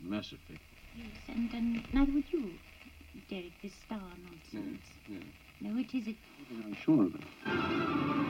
massively. Yes, and, and neither would you, Derek, this star nonsense. No, no. No, it is a I'm sure of it.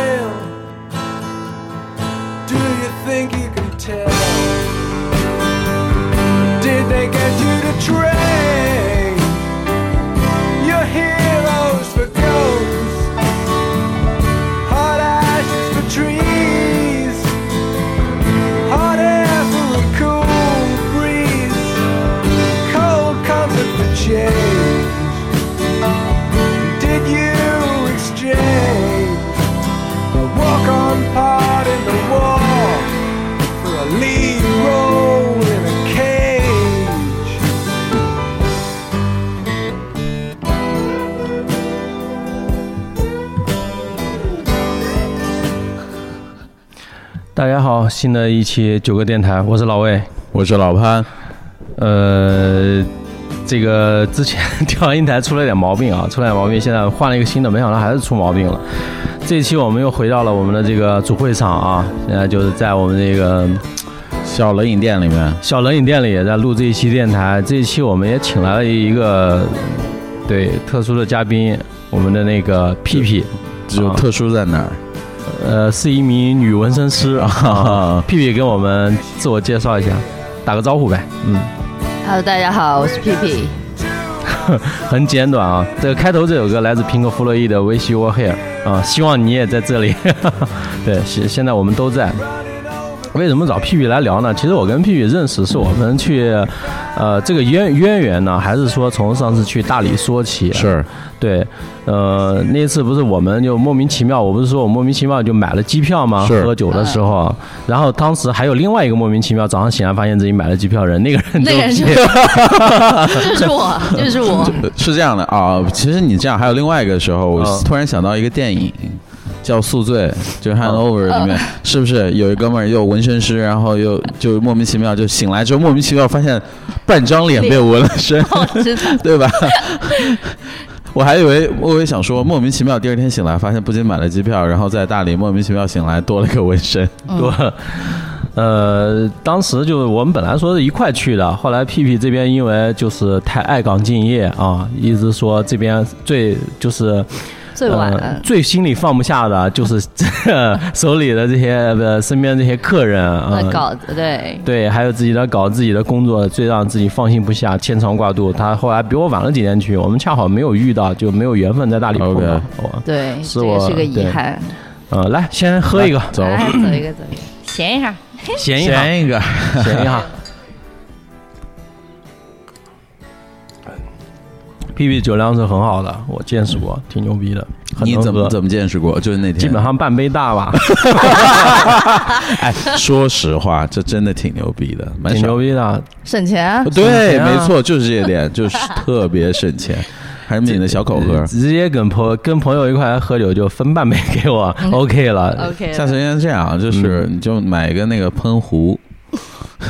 大家好，新的一期九个电台，我是老魏。我是老潘，呃，这个之前调音台出了点毛病啊，出了点毛病，现在换了一个新的，没想到还是出毛病了。这一期我们又回到了我们的这个主会场啊，现在就是在我们这个小冷饮店里面，小冷饮店里也在录这一期电台。这一期我们也请来了一个对特殊的嘉宾，我们的那个屁屁，只有啊特殊在哪儿？呃，是一名女纹身师啊啊。屁屁给我们自我介绍一下，打个招呼呗。 Hello，大家好，我是屁屁。很简短啊。这个开头这首歌来自平克·弗洛伊的《Wish You Were Here》啊，希望你也在这里。 对，现现在我们都在。为什么找屁屁来聊呢？其实我跟屁屁认识是我们去，呃，这个渊渊源呢，还是说从上次去大理说起？啊是对，呃，那次不是我们就莫名其妙，我不是说我莫名其妙就买了机票吗？是喝酒的时候，然后当时还有另外一个莫名其妙，早上醒来发现自己买了机票的人，那个人那个人就 就是就是我， 就是我。是这样的啊。其实你这样，还有另外一个时候，嗯嗯我突然想到一个电影。叫《宿醉》，就是《Hanover》里面，是不是有一哥们儿又纹身师，然后又就莫名其妙就醒来之后，莫名其妙发现半张脸被纹了身，哦我知道， 对吧？我还以为我也想说，莫名其妙第二天醒来，发现不仅买了机票，然后在大理莫名其妙醒来多了个纹身，多。嗯 呃，当时就是我们本来说是一块去的，后来屁屁这边因为就是太爱岗敬业啊，一直说这边最就是最晚呃、最心里放不下的就是 这手里的这些呃身边这些客人啊那，稿子对，对，还有自己的搞自己的工作，最让自己放心不下，牵肠挂肚。他后来比我晚了几天去，我们恰好没有遇到，就没有缘分在大理碰到 OK。哦对，是这个我是个遗对憾。呃，来先喝一个，走，哎走一个，走一个，闲一下。咸一下，前一个。咸一 下。P P 酒量是很好的，我见识过，挺牛逼的。很你能怎么喝怎么见识过？就是那天，基本上半杯大 吧，哎，说实话，这真的挺牛逼的，蛮挺少牛逼的。省钱，对，省钱啊没错，就是这点， 就是特别省钱，还是抿着小口喝。直接跟朋友跟朋友一块来喝酒，就分半杯给 我，OK 了。 OK，下次应该是这样，啊就是嗯你就买一个那个喷壶，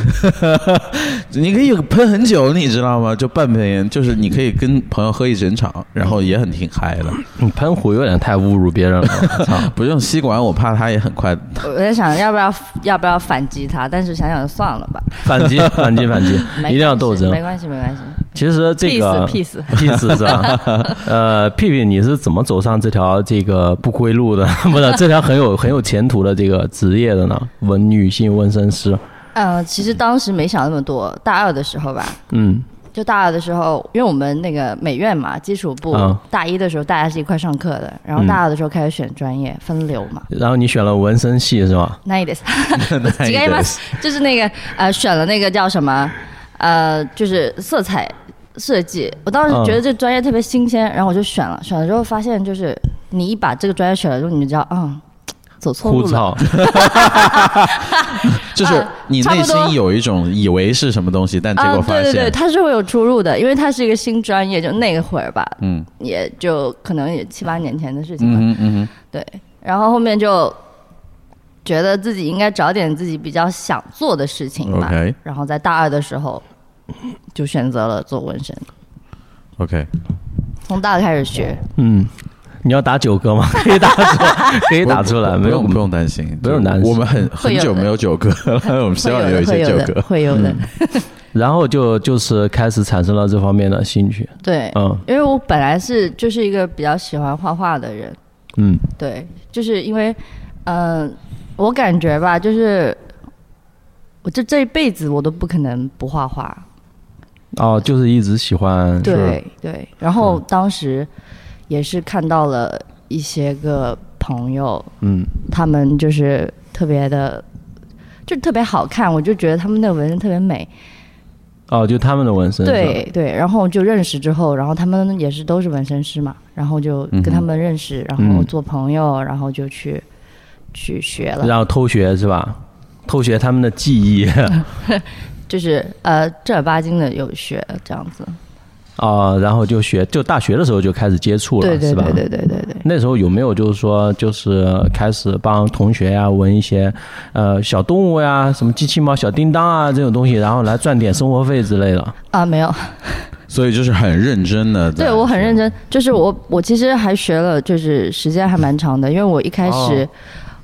你可以喷很久，你知道吗？就半瓶，就是你可以跟朋友喝一整场，然后也很挺嗨 的，你喷壶有点太侮辱别人 了，我操！不用吸管，我怕他也很快。我在想要不要要不要反击他，但是想想就算了吧，反击反击反击，没一定要关系斗争没。关系没关系。其实这个 Peace，peace peace 是 吧？呃，屁屁，你是怎么走上这条这个不归路的？ 不是这条很有很有前途的这个职业的呢？纹女性纹身师，嗯，其实当时没想那么多，大二的时候吧，嗯，就大二的时候，因为我们那个美院嘛，基础部，嗯大一的时候大家是一块上课的，然后大二的时候开始选专业、分流嘛。然后你选了纹身系是吧？那也得，嗯 那違也 い得ます。就是那个呃，选了那个叫什么，呃，就是色彩设计。我当时觉得这专业特别新嗯鲜，然后我就选了。选了之后发现，就是你一把这个专业选了之后，你就知道，嗯，走错枯路了。燥，就是你呃差内不多心有一种以为是什么东西，但结啊，果发对对对，现，它是会有出入的，因为它是一个新专业，就那个会儿吧，嗯也就可能也七八年前的事嗯情吧。哼嗯哼，对，然后后面就觉得自己应该找点自己比较想做的事情吧。 OK 然后在大二的时候就选择了做纹身， OK，从大二开始学。哦嗯，你要打九哥吗？ 可以打出，可以打出来，不没有用不用担心，不用担心我们很会很有的久没有九哥了，我们希会望有一的，会些嗯九有哥的，。会有的。然后就就是开始产生了这方面的兴趣，对，嗯因为我本来是就是一个比较喜欢画画的人，嗯对，就是因为，嗯、我感觉吧，就是我这这一辈子我都不可能不画画，哦，就是一直喜欢对对，然后嗯当时也是看到了一些个朋友，嗯，他们就是特别的，就特别好看，我就觉得他们那个纹身特别美。哦，就他们的纹身是吧对对，然后就认识之后，然后他们也是都是纹身师嘛，然后就跟他们认识，然后嗯做朋友，然后就去去学了，然后偷学是吧？偷学他们的技艺就是呃正儿八经的有学这样子。啊、然后就学，就大学的时候就开始接触了，对对是吧？对对对对对。那时候有没有就是说，就是开始帮同学呀、纹一些，呃，小动物呀、什么机器猫、小叮当啊这种东西，然后来赚点生活费之类的？啊，没有，所以就是很认真的。对我很认。真，就是我我其实还学了，就是时间还蛮长的，因为我一开始、哦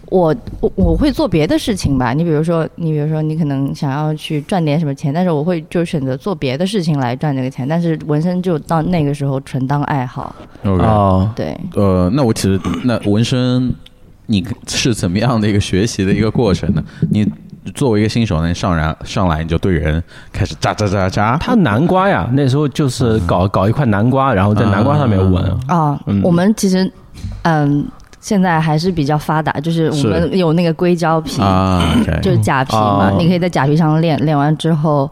我我我会做别的事情吧，你比如说你比如说你可能想要去赚点什么钱，但是我会就选择做别的事情来赚这个钱，但是纹身就到那个时候纯当爱好， OK，哦，对，呃，那我其实那纹身，你是怎么样的一个学习的一个过程呢？你作为一个新手呢，你上来上来你就对人开始扎扎扎扎，它南瓜呀，那时候就是搞搞一块南瓜，然后在南瓜上面纹。啊，我们其实嗯现在还是比较发达，就是我是们有那个硅胶皮，啊，OK，就是假皮嘛，哦你可以在假皮上练，练完之后，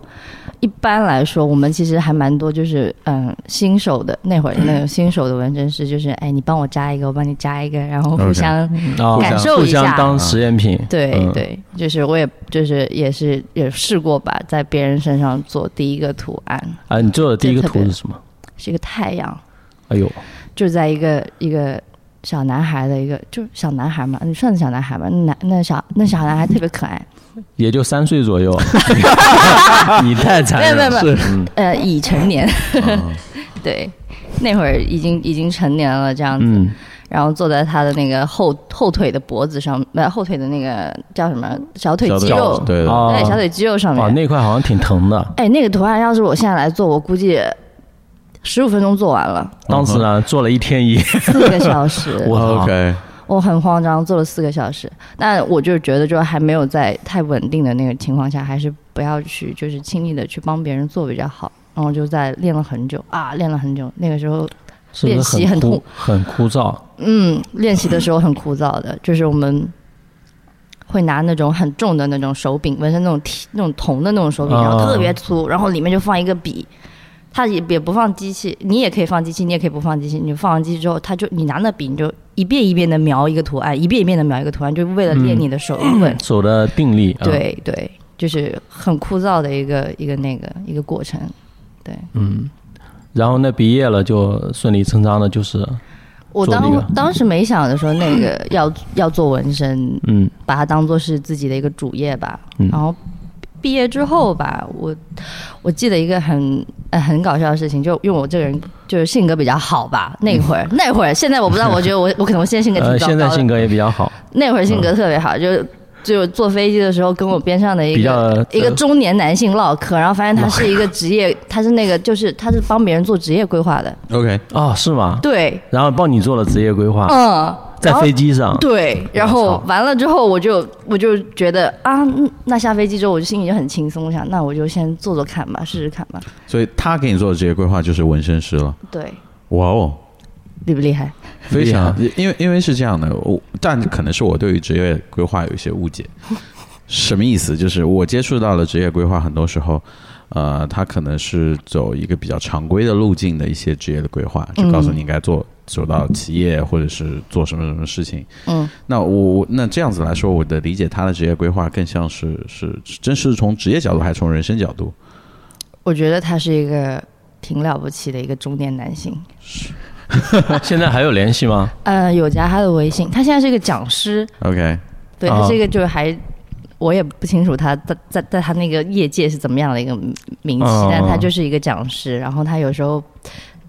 一般来说，我们其实还蛮多，就是嗯，新手的那会儿那种新手的纹身师，就是哎，你帮我扎一个，我帮你扎一个，然后互 OK 相哦感受互一下相当实验品。对、嗯对，就是我也就是也是也试过吧，在别人身上做第一个图案啊，你做的第一个这特图别是什么？是一个太阳，哎呦，就在一个一个。小男孩的一个，就是小男孩嘛，你算是小男孩吧？那男那小那小男孩特别可爱，也就三岁左右， 你太残忍了。没有没有没有是嗯呃，已成年，嗯 对，那会儿已经已经成年了这样子，嗯，然后坐在他的那个后后腿的脖子上，呃，后腿的那个叫什么小腿小肌腿肉，对的，哦对，小腿肌肉上哦，面。那块好像挺疼的。哎，那个图案要是我现在来做，我估计十五分钟做完了，当时呢，做了一天一夜，，四个小时嗯我操 OK，我很慌张，做了四个小时。但我就觉得，就还没有在太稳定的那个情况下，还是不要去，就是轻易的去帮别人做比较好。然后就在练了很久啊，练了很久。那个时候是不练是习很很枯痛很枯燥？嗯，练习的时候很枯燥 的，就是我们会拿那种很重的那种手柄，纹身那种铁那种铜的那种手柄，哦然后特别粗，然后里面就放一个笔，它也也不放机器，你也可以放机器，你也可以不放机器。你放完机器之后，它就你拿那笔，你就一遍一遍的描一个图案，一遍一遍的描一个图案，就为了练你的手绘。手的定力。嗯啊，对对，就是很枯燥的一个一个那个一个过程。对然后那毕业了就顺理成章的，就是我做当、那个当时没想着说那个要要做纹身，嗯把它当做是自己的一个主业吧。嗯然后毕业之后吧，我我记得一个很、呃、很搞笑的事情，就因为我这个人就是性格比较好吧，那会儿那会儿现在我不知道，我觉得 我我可能我现在性格挺嗯呃，糟糕现的，在性格嗯也比较 好，那会儿性格特别好，就。就坐飞机的时候，跟我边上的一比较个呃一个中年男性唠嗑，然后发现他是一个职业，他是那个就是他是帮别人做职业规划的， OK，哦，是吗？对，然后帮你做了职业规划，嗯，在然后飞机上，对，然我后操完了之后，我就我就觉得啊，嗯那下飞机之后，我就心里就很轻松，我想那我就先做做看吧，试试看吧。所以他给你做的职业规划就是纹身师了。对，哇哦，厉不厉害？非常厉，因为因为是这样的，我但可能是我对于职业规划有一些误 解。什么意思？就是我接触到的职业规划，很多时候，呃，它可能是走一个比较常规的路径的一些职业的规划，嗯就告诉你应该做走到企业或者是做什么什么事情。嗯，那我我那这样子来说，我的理解，他的职业规划更像是是真是从职业角度还是从人生角度？我觉得他是一个挺了不起的一个中年男性。现在还有联系吗？呃，有加他的微信，他现在是一个讲师， OK，对，啊他是一个就是还。我也不清楚他在在在他那个业界是怎么样的一个名气，哦但他就是一个讲师，然后他有时候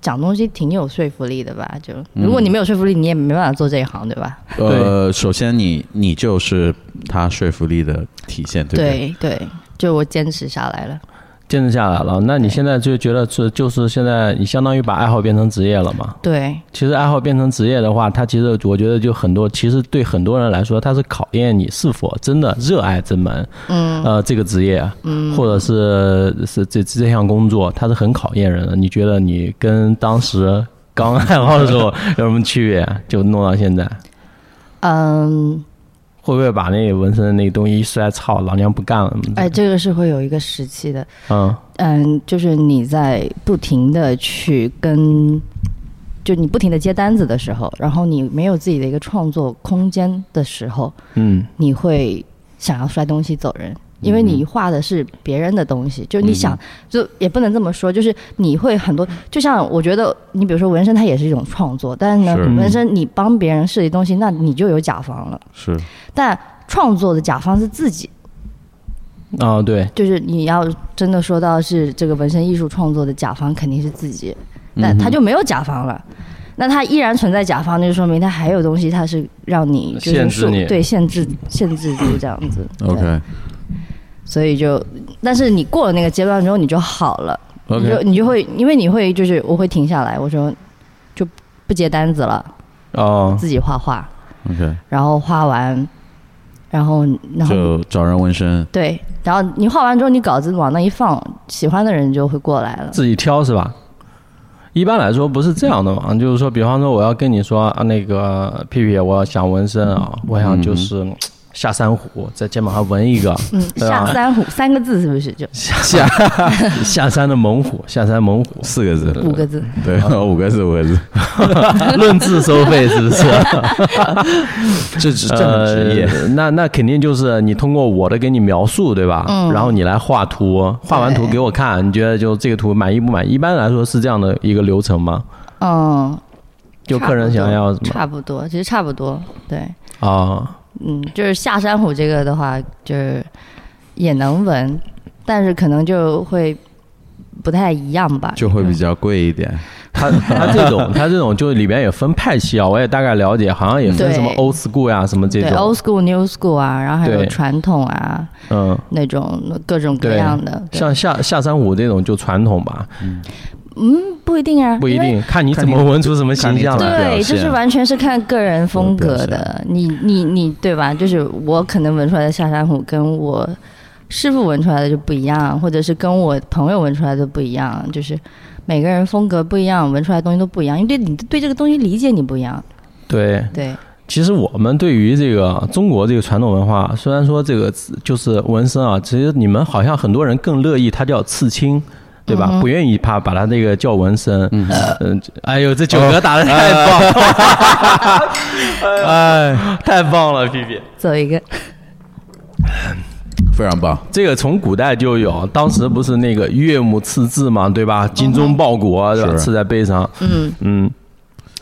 讲东西挺有说服力的吧？就如嗯果你没有说服力，你也没办法做这一行，对吧？呃，首先你你就是他说服力的体现，对不对？对对，就我坚持下来了。坚持下来了，那你现在就觉得是就是现在你相当于把爱好变成职业了嘛？对，其实爱好变成职业的话，它其实我觉得就很多，其实对很多人来说，它是考验你是否真的热爱这门，嗯，啊呃，这个职业，嗯，或者是是这这项工作，它是很考验人的。你觉得你跟当时刚爱好的时候有什么区别？啊就弄到现在，嗯，会不会把那纹身那东西一摔，操，老娘不干了？哎，这个是会有一个时期的，嗯，嗯，就是你在不停的去跟，就你不停的接单子的时候，然后你没有自己的一个创作空间的时候，嗯你会想要摔东西走人。因为你画的是别人的东嗯西，就你想，就也不能这么说，就是你会很多，就像我觉得你比如说纹身，它也是一种创作，但是呢，是纹身你帮别人设计东西，那你就有甲方了。是，但创作的甲方是自己，嗯，啊、对，就是你要真的说到是这个纹身艺术创作的甲方肯定是自己，嗯那嗯他就没有甲方了。那他依然存在甲方，那就说明他还有东西，他是让你就是限制束你对限制限制住这样子。对 OK 所以就，但是你过了那个阶段之后，你就好了，你就 OK，你就会，因为你会就是我会停下来，我说就不接单子了，哦、自己画画， OK，然后画完，然后然后就找人纹身，，对，然后你画完之后，你稿子往那一放，喜欢的人就会过来了。自己挑是吧？一般来说不是这样的嘛，就是说，比方说我要跟你说啊，那个屁屁，我想纹身啊，我想就是嗯下珊瑚，在肩膀上纹一个 嗯，对啊吧下三虎 三个字是不是就下下山的猛虎，下山猛虎 四个字，五个字？对，啊 五个字，五个字，论字收费是不是？这只这很职业，呃那那肯定就是你通过我的给你描述，对吧？嗯然后你来画图，画完图对给我看，你觉得就这个图满意不满意？一般来说是这样的一个流程吗？嗯，就客人想要什么差不多，其实差不多。对，啊？嗯，就是下山虎这个的话，就是也能闻，但是可能就会不太一样吧。就会比较贵一点。他他这 种他这种就里边也分派系啊，我也大概了解，好像也分什么对 old school 呀、什么这对种，old，school、new school 啊，然后还有对传统啊，嗯，那种各种各对样的。对像下下山虎这种就传统吧，嗯，不一定啊，不一因为定看你怎么闻出什么形象来。表对，现就是完全是看个人风格的。你你你，对吧？就是我可能闻出来的下山虎，跟我师傅闻出来的就不一样，或者是跟我朋友闻出来的不一样，就是每个人风格不一样，闻出来的东西都不一样，因为对你对这个东西理解你不一样。对，对，其实我们对于这个中国这个传统文化，虽然说这个就是纹身啊，其实你们好像很多人更乐意它叫刺青，对吧？不愿意怕把他那个叫纹身。嗯、哎呦，这九哦哥打的太棒了，哎，太棒了，皮皮。走 一个，非常棒。这个从古代就有，当时不是那个岳母刺字嘛，对吧？精忠报国，啊对吧？是刺在背上。嗯嗯，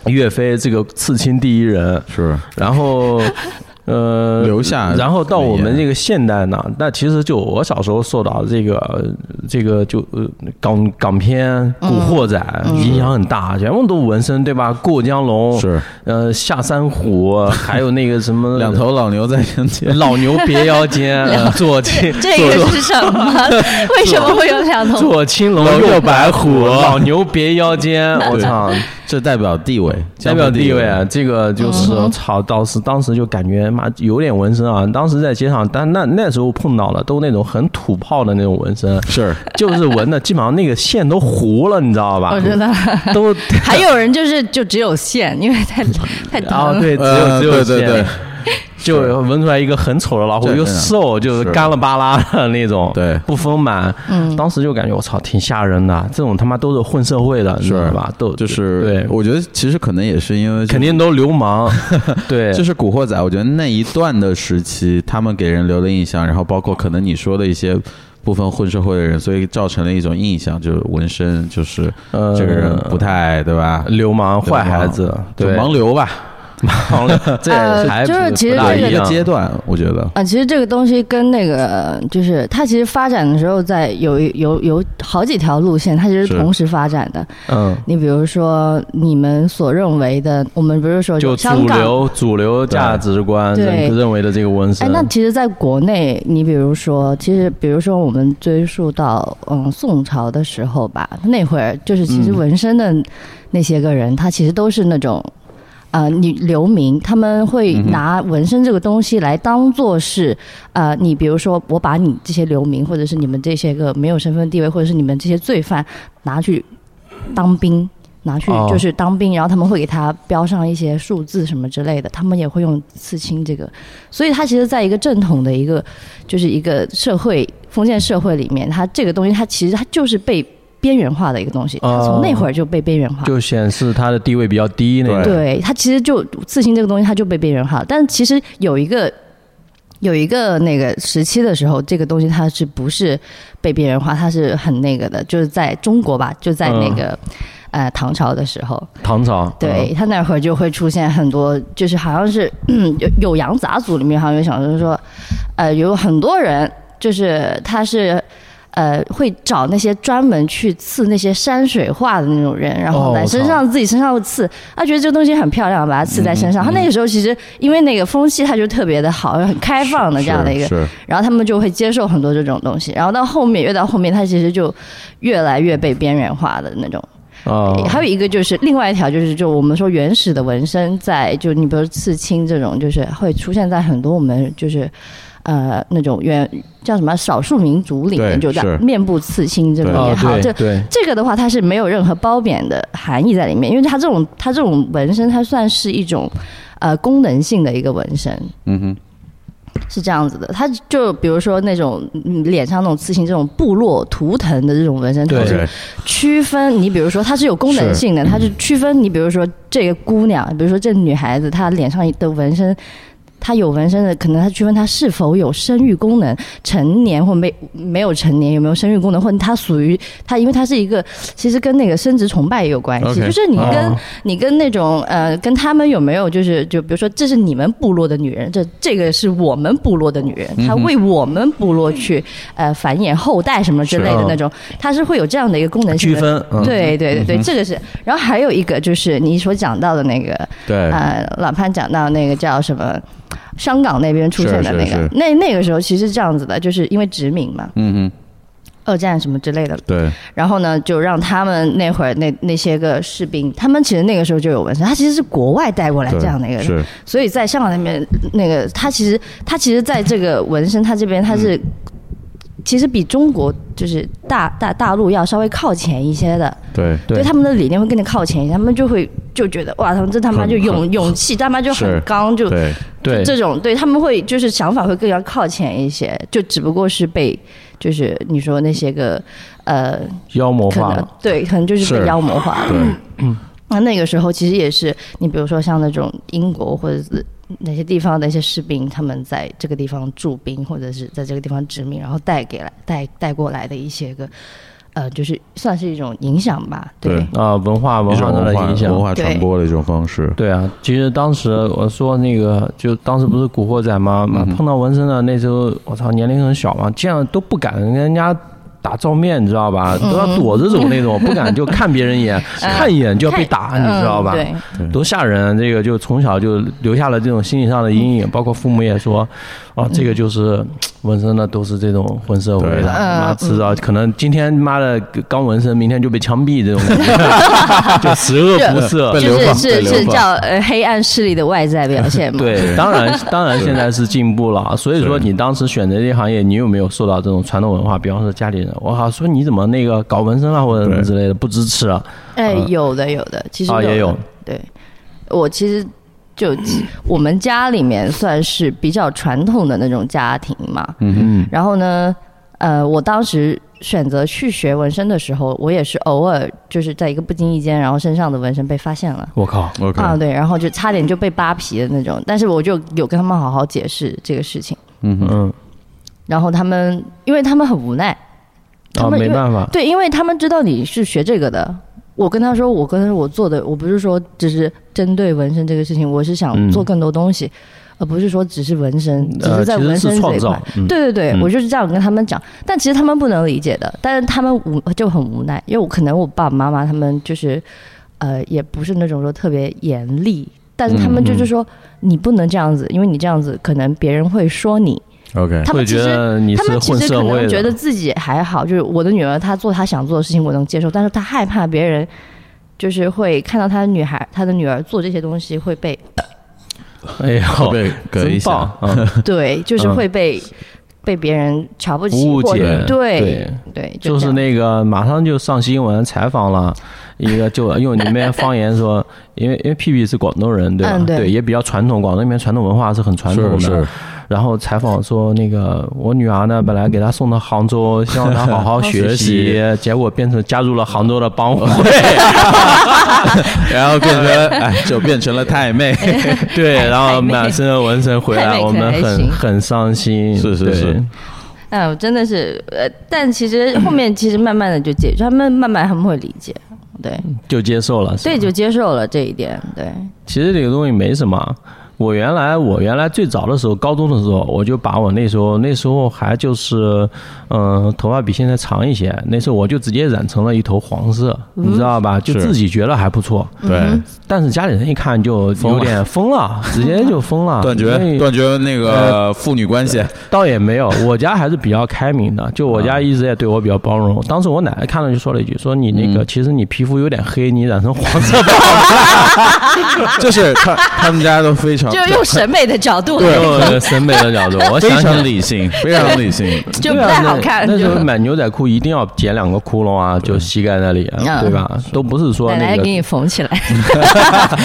岳飞这个刺青第一人，是然后。呃，留下然后到我们遗言这个现代呢，那其实就我小时候受到这个呃这个就呃港港片《古惑仔》影响很大，全部都纹身对吧？过江龙是，呃下山虎，还有那个什么两头老牛在相见。老牛别腰间，左青这个是什么？ 为什么会有两头？左青龙右白虎，老牛别腰间，我操！ 这代表地位，代表地位啊，这个就是操，当时当时就感觉妈有点纹身啊。当时在街上，但那那时候碰到了都那种很土炮的那种纹身，啊是就是纹的基本上那个线都糊了，你知道吧？我知道，都还有人就是就只有线，因为太太疼啊，了。对，只有呃只有对对线对， 就纹出来一个很丑的老虎，这又真的瘦，就是是干了巴拉的那种，对不丰满。嗯，当时就感觉我操，挺吓人的。这种他妈都是混社会的，你知道是吧？都就是对，我觉得其实可能也是因为肯定都流氓。 对， 就是《古惑仔》，我觉得那一段的时期，他们给人留的印象，然后包括可能你说的一些部分混社会的人，所以造成了一种印象，就是纹身就是呃这个人不太对吧？流氓对吧坏孩子，就对，盲流吧，盲 流，这也呃还就是不其实不大啊这对个一样个阶段，我觉得啊，其实这个东西跟那个就是它其实发展的时候，在有有有好几条路线，它其实是同时发展的。嗯，你比如说，你们所认为的，我们不是说就有主香港，流主流价值观对认认为的这个纹身哎，，那其实在国内，你比如说，其实比如说我们追溯到嗯宋朝的时候吧，那会儿就是其实嗯纹身的那些个人，他其实都是那种。呃，你流民他们会嗯拿纹身这个东西来当做是，呃，你比如说我把你这些流民，或者是你们这些个没有身份地位，或者是你们这些罪犯拿去当兵，拿去哦就是当兵，然后他们会给他标上一些数字什么之类的，他们也会用刺青这个，所以它其实在一个正统的一个就是一个社会封建社会里面，它这个东西它其实它就是被边缘化的一个东西，它从那会儿就被边缘化了。就显示他的地位比较低那种。对它其实就刺青这个东西，它就被边缘化了。但其实有一个有一个那个时期的时候，这个东西它是不是被边缘化？它是很那个的，就是在中国吧，就在那个、呃唐朝的时候，唐朝，对、他那会儿就会出现很多，就是好像是嗯有有洋杂组里面好像有小说说，呃，有很多人就是他是。呃，会找那些专门去刺那些山水画的那种人，然哦后在我身操嗯上自己身上刺，他觉得这个东西很漂亮，把它刺在身上。他那个时候其实因为那个风气，他就特别的好，很开放的这样的一个是然后他们就会接受很多这种东西，然后到后面越到后面，它其实就越来越被边缘化的那种。嗯哦啊，还有一个就是另外一条就是，就我们说原始的纹身在就你比如刺青这种，就是会出现在很多我们就是。呃，那种原叫什么少数民族里面，对就在是哦面部刺青这种也啊，好，这对对，这个的话，它是没有任何褒贬的含义在里面，因为它这种它这种纹身，它算是一种呃功能性的一个纹身。嗯哼，是这样子的，它就比如说那种嗯脸上那种刺青，这种部落图腾的这种纹身，它 对是对区分你，比如说它是有功能性的，它是区分你，比如说这个姑娘，比如说这女孩子，她脸上的纹身。她有纹身的，可能她区分她是否有生育功能，成年或没没有成年，有没有生育功能，或者她属于她，因为她是一个，其实跟那个生殖崇拜也有关系 OK，就是你跟、哦你跟那种呃，跟他们有没有就是就比如说，这是你们部落的女人，这这个是我们部落的女人，她为我们部落去呃繁衍后代什么之类的那种，它是啊会有这样的一个功能区性的。分，嗯，对对对对，这个是。然后还有一个就是你所讲到的那个，对呃，老潘讲到那个叫什么，香港那边出现的是是那个是，那那个时候其实这样子的，就是因为殖民嘛，嗯哼，二战什么之类的，对然后呢，就让他们那会儿那那些个士兵，他们其实那个时候就有纹身，他其实是国外带过来对这样的一个，是所以在香港那边那个他其实他其实在这个纹身他这边他嗯是、其实比中国就是大大大陆要稍微靠前一些的，对对他们的理念会更加靠前一些，他们就会就觉得哇，他们这他妈就勇很勇气，他妈就很是刚，就对，对，这种对他们会就是想法会更加靠前一些，就只不过是被就是你说那些个呃，妖魔可化能了，对，可能就是被是妖魔化了。对，那那个时候其实也是，你比如说像那种英国或者是哪些地方的一些士兵，他们在这个地方驻兵或者是在这个地方殖民，然后带给来带带过来的一些个，呃，就是算是一种影响吧，对对啊、文化文一化种上的文化影响文。化传对播的一种方式，对啊，其实当时我说那个，就当时不是《古惑仔》吗？妈碰到纹身的那时候，我操，年龄很小嘛，这样都不敢跟人家打照面，你知道吧？嗯都要躲着走那种，不敢就看别人 一眼，看一眼就要被打，你知道吧？嗯、对，多吓人！这个就从小就留下了这种心理上的阴影，包括父母也嗯说，哦，这个就是纹身的都是这种混社会的，对妈嗯迟早可能今天妈的刚纹身，明天就被枪毙这种感觉， 就十恶不被赦。就流是放被是流是放叫呃黑暗势力的外在表现 嘛，对，当然当然现在是进步了啊，所以说是你当时选择这行业，你有没有受到这种传统文化？比方说家里人，我靠，说你怎么那个搞纹身啊或者什么之类的不支持啊？哎，嗯有的有的，其实啊有的、也有对，我其实就我们家里面算是比较传统的那种家庭嘛。嗯然后呢，呃，我当时选择去学纹身的时候，我也是偶尔就是在一个不经意间，然后身上的纹身被发现了。我靠， OK，啊，对，然后就差点就被扒皮的那种，但是我就有跟他们好好解释这个事情，嗯哼，嗯，然后他们，因为他们很无奈，他啊，们没因为办法，对，因为他们知道你是学这个的。我跟他说，我跟他说我做的，我不是说只是针对纹身这个事情，我是想嗯做更多东西，而不是说只是纹身，只呃，是在其纹实身是这创一造块。，嗯对对对，嗯我就是这样跟他们讲，但其实他们不能理解的，但是他们无就很无奈，因为我可能我爸爸妈妈他们就是，呃，也不是那种说特别严厉，但是他们嗯就是说、你不能这样子，因为你这样子可能别人会说你， ，OK，他会们其觉实得你他是们其混实社可会能的，觉得自己还好，就是我的女儿她做她想做的事情我能接受，但是她害怕别人就是会看到她的女孩，她的女儿做这些东西 会被哎呦，被隔一真下棒，，嗯对，就是嗯会被、被别人瞧不起 误或者解，对对，就这是样那个马上就上新闻采访了一个， 就用你们方言说，因为因为屁屁是广东人，对吧？嗯对也比较传统，广东那边传统文化是很传统的。是是，然后采访说，那个我女儿呢，本来给她送到杭州，希望 她好好学习，结果变成加入了杭州的帮 会。然后变成哎，就变成了太妹，对，然后太美满身的纹身回太来，美可我们还很行很伤心。是是对是，哎，我真的是，呃，但其实后面其实慢慢的就解，他们慢慢他们会理解，对，就接受了。嗯是吧啊所以就接受了这一点，对，其实这个东西没什么。啊我原来我原来最早的时候，高中的时候，我就把我那时候那时候还就是，嗯、头发比现在长一些，那时候我就直接染成了一头黄色，你知道吧？就自己觉得还不错，对，但是家里人一看就有点疯了，直接就疯 啊了，断因为呃绝断绝那个父女关系，倒也没有，我家还是比较开明的，就我家一直也对我比较包容。当时我奶奶看了就说了一句：“说你那个其实你皮肤有点黑，你染成黄 色吧。 就是他他们家都非常就用审美的角度，对”用 审美的角度，我非想想常理性，非常理性，就不对啊太那好看，那时就候买牛仔裤一定要剪两个窟窿啊，就膝盖那里，嗯对吧？都不是说奶那奶给个你缝起 来，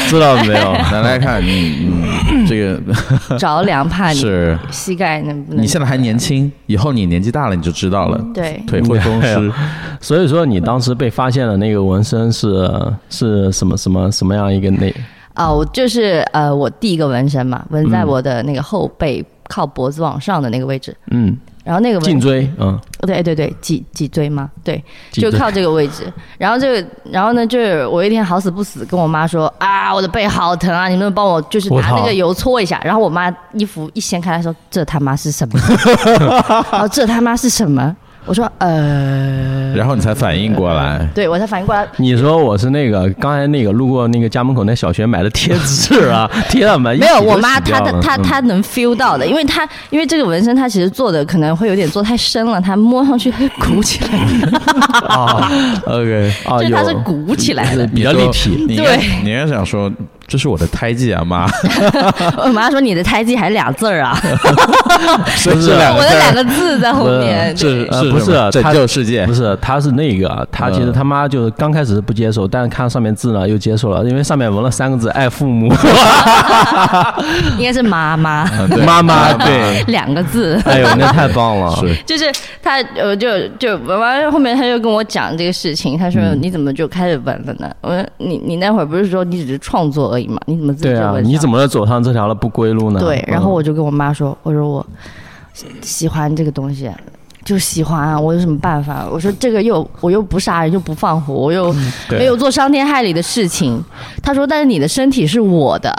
知道没有？ 来来看，嗯 嗯，这个着凉哎怕你是嗯膝盖能不能？你现在还年轻，以后你年纪大了你就知道了，对，腿会风啊湿，所以说你当时被发现的那个纹身是是什么什么什么样一个那？啊，我就是呃，我第一个纹身嘛，纹在我的那个后背靠脖子往上的那个位置，嗯，然后那个纹颈椎，嗯，对对对，脊脊椎嘛，对，脊就椎靠这个位置。然后这个，然后呢，就是我一天好死不死跟我妈说啊，我的背好疼啊，你能不能帮我就是我拿操那个油搓一下？然后我妈衣服一掀开来说，这他妈是 什么？然后这他妈是什么？我说呃，然后你才反应过来，对我才反应过来，你说我是那个刚才那个路过那个家门口那小学买的贴纸 啊，贴上门没有，一起都我妈洗掉她的了她嗯她能 feel 到的，因为她因为这个纹身，她其实做的可能会有点做太深了，她摸上去会鼓起 来，啊，OK 哎啊，就是有她是鼓起来的。比较立体，你说你应该对你应该想说，这是我的胎记啊， 妈！我妈说你的胎记还俩字儿啊，所以 我这两个字儿的两个字在后面。是对呃是不是什么他啊拯救世界哎不？是，他是那个，嗯他其实他妈就是刚开始是不接受，但是看上面字呢又接受了，因为上面纹了三个字“爱父母应该是妈妈嗯对 啊妈妈”， 对，两个字。哎呦，那太棒了，是就是他，呃，就就纹完后面，他就跟我讲这个事情。他说：“嗯你怎么就开始纹了呢？”我说：“你你那会儿不是说你只是创作而已嘛？你怎么自己对就啊，纹？你怎么走上这条了不归路呢？对，嗯然后我就跟我妈说，我说我喜喜欢这个东西，就喜欢啊，我有什么办法？我说这个又我又不杀人，又不放火，我又嗯对没有做伤天害理的事情。她说，但是你的身体是我的，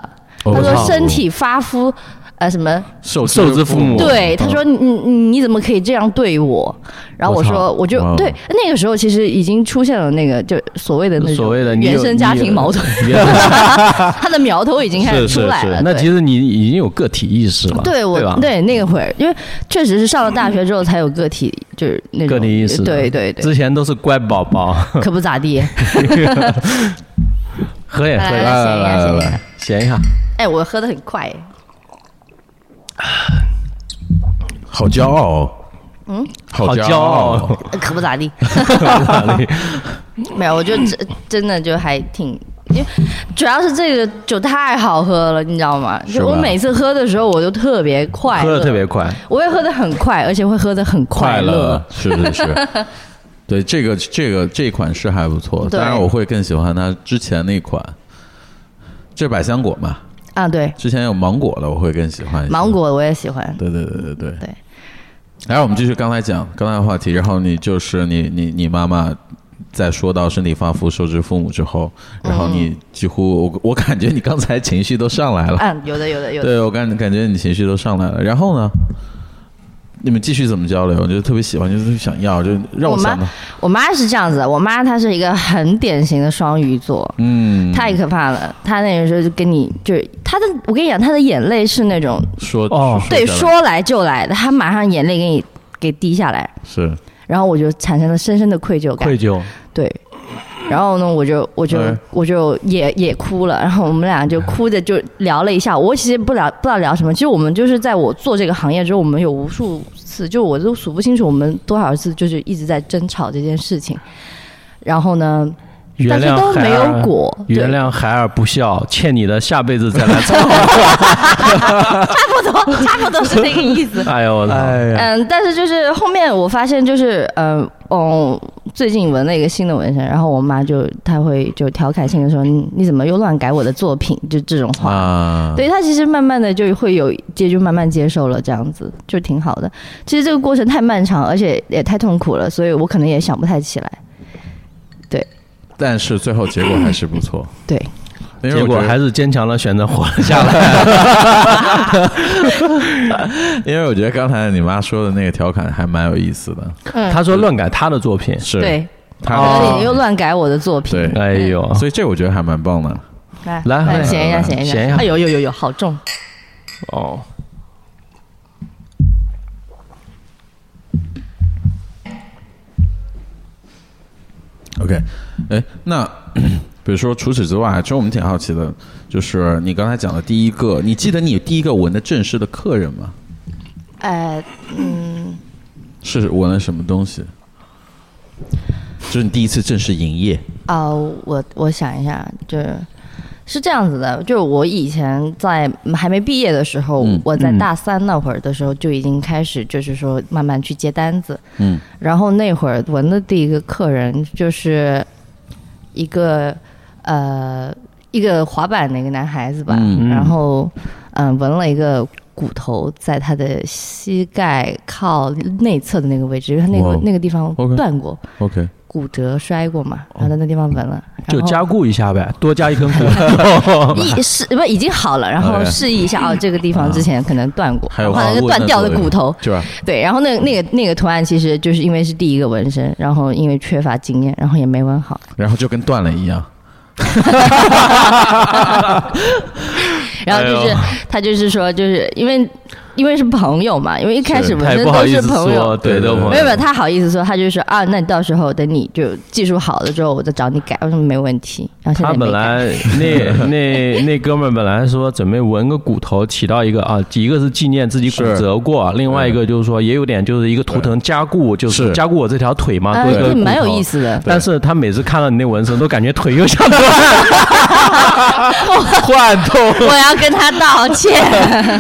哦她说操身体发肤。呃，什么？受受之父母我对，她说你嗯你你怎么可以这样对我？然后我我操说，我就哇哦对那个时候其实已经出现了那个就所谓的那种所谓的你有原生家你有庭矛盾， 原生他的苗头已经开始出来了。那对其实你已经有个体意识了，对我吧？那个会儿，因为确实是上了大学之后才有个体，就是那种个体意识，对对对，之前都是乖宝宝， 可不咋地。喝也喝来也，来来来来来，闲一 下， 哎，我喝的很快，好骄傲哦，嗯，好好骄傲傲，可不咋地。没有，我就真真的就还挺。因为主要是这个酒太好喝了，你知道吗？是就我吧每次喝的时候，我就特别快喝乐，的特别快，我会喝的很快，而且会喝的很快乐。是是是。对这个这个这款是还不错，对当然我会更喜欢它之前那款，这是百香果嘛，啊，对，之前有芒果的，我会更喜欢一些芒。果我也喜欢。对对对对对对。然后我们继续刚才讲刚才的话题，然后你就是你你你妈妈在说到身体发肤受之父母之后，然嗯后你几乎我我感觉你刚才情绪都上来了，嗯，有的，有的，有的。对我感感觉你情绪都上来了。然后呢，你们继续怎么交流？我就特别喜欢，就是想要，就让我妈想到，我妈是这样子，我妈她是一个很典型的双鱼座，嗯，太可怕了！他那个时候就跟你就是他的，我跟你讲，他的眼泪是那种说哦对下来说来就来的，他马上眼泪给你给滴下来，是然后我就产生了深深的愧疚感愧，疚，对。然后呢，我就我就嗯我就也也哭了，然后我们俩就哭着就聊了一下。我其实不聊不知道聊什么，其实我们就是在我做这个行业之后，我们有无数次，就我都数不清楚我们多少次，就是一直在争吵这件事情。然后呢，原但是谅都孩没有儿，果，对原谅孩儿不孝，欠你的下辈子再 来偿。。差不多差不多是那个意思哎呦我操！嗯，但是就是后面我发现就是，嗯、哦，最近纹了一个新的纹身，然后我妈就她会就调侃性的说嗯你你怎么又乱改我的作品，就这种话。啊，对她其实慢慢的就会有接就慢慢接受了，这样子就挺好的。其实这个过程太漫长，而且也太痛苦了，所以我可能也想不太起来。但是最后结果还是不错，对，因为结我果觉得还是坚强的选择活了下来。 因为我觉得刚才你妈说的那个调侃还蛮有意思的，嗯，他说乱改他的作品，哦是，对，她然后哦你又乱改我的作品，对，哎呦，所以这我觉得还蛮棒的。来来来显一来下，显一下，显一下哎呦呦呦呦，好重。哦， OK，哎，那比如说除此之外，其实我们挺好奇的，就是你刚才讲的第一个，你记得你第一个纹的正式的客人吗？呃，嗯，是纹了什么东西？就是你第一次正式营业，啊、我我想一下，就是是这样子的，就是我以前在还没毕业的时候，嗯我在嗯大三那会儿的时候就已经开始，就是说慢慢去接单子。嗯，然后那会儿纹的第一个客人就是一个呃一个滑板的一个男孩子吧，嗯然后嗯、呃纹了一个。骨头在他的膝盖靠内侧的那个位置，因为他那哇个哦那个地方 OK 断过， OK，骨折摔过嘛，然后在那地方纹了，然哦就后加固一下呗，多加一 根骨头 一是不已经好啊了，然后哎 OK 示意一下哦，这个地方之前可能断过，还然有后那个防断蚊掉的作用骨头，是吧？对，然后嗯那个那个那个图案其实就是因为是第一个纹身，然后因为缺乏经验，然后也没纹好，然后就跟断了一样，哎然后就是、他就是说就是因为。因为是朋友嘛，因为一开始是我他也们不好都意是思朋友说，，对，对都对朋没有友没有，他好意思说，他就说啊，那你到时候等你就技术好了之后，我再找你改。我说没问题。然后现在他也没本改。来那 那那哥们儿本来说准备纹个骨头，起到一个啊，一个是纪念自己骨是折过，啊另外一个就是说也有点就是一个图腾加固，就是是加固我这条腿嘛，啊，多一个这蛮有骨头意。思的。但是他每次看到你那纹身，都感觉腿又像断了，换痛，我要跟他道歉。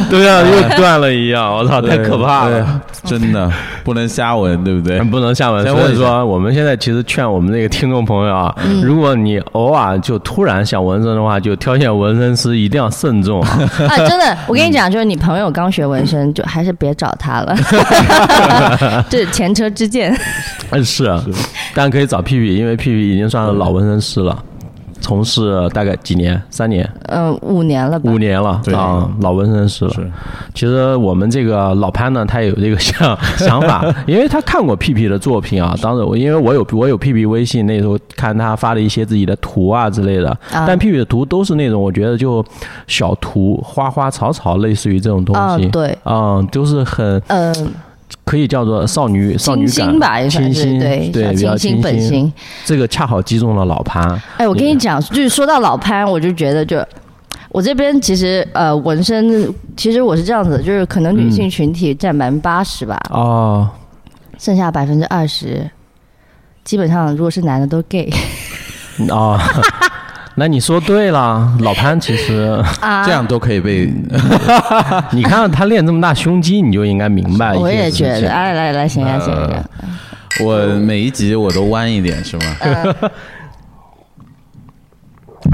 对啊，又断了一样，我操，太可怕对了。啊， 真的不能瞎闻，对不对？不能下文。再所问以一下说，我们现在其实劝我们那个听众朋友啊，嗯如果你偶尔就突然想纹身的话，就挑选纹身师一定要慎重 啊。 啊，真的，我跟你讲，就是你朋友刚学纹身，就还是别找他了， 这是前车之鉴。是，啊但可以找屁屁，因为屁屁已经算是老纹身师了，从事大概几年，三年、嗯，五年了吧五？年了对啊，老纹身师了。是其实我们这个老潘呢，他也有这个想 想法，因为他看过屁屁的作品啊。当时我因为我有我有屁屁微信，那时候看他发的一些自己的图啊之类的，啊但屁屁的图都是那种我觉得就小图、花花草草，类似于这种东啊西，，对，嗯，就是很嗯，可以叫做少女少女清感新吧，也算清是新对，小比较清新本新。心。这个恰好击中了老潘，哎，我跟你讲，就是说到老潘，我就觉得就。我这边其实呃，纹身其实我是这样子，就是可能嗯女性群体占百分之八十吧，哦，剩下百分之二十，基本上如果是男的都 gay 哦， 那你说对了，老潘其实，啊这样都可以被 你看他练这么大胸肌，你就应该明白一些我也觉事得，情哎，来来，行呀行呃呀，我每一集我都弯一点是吗？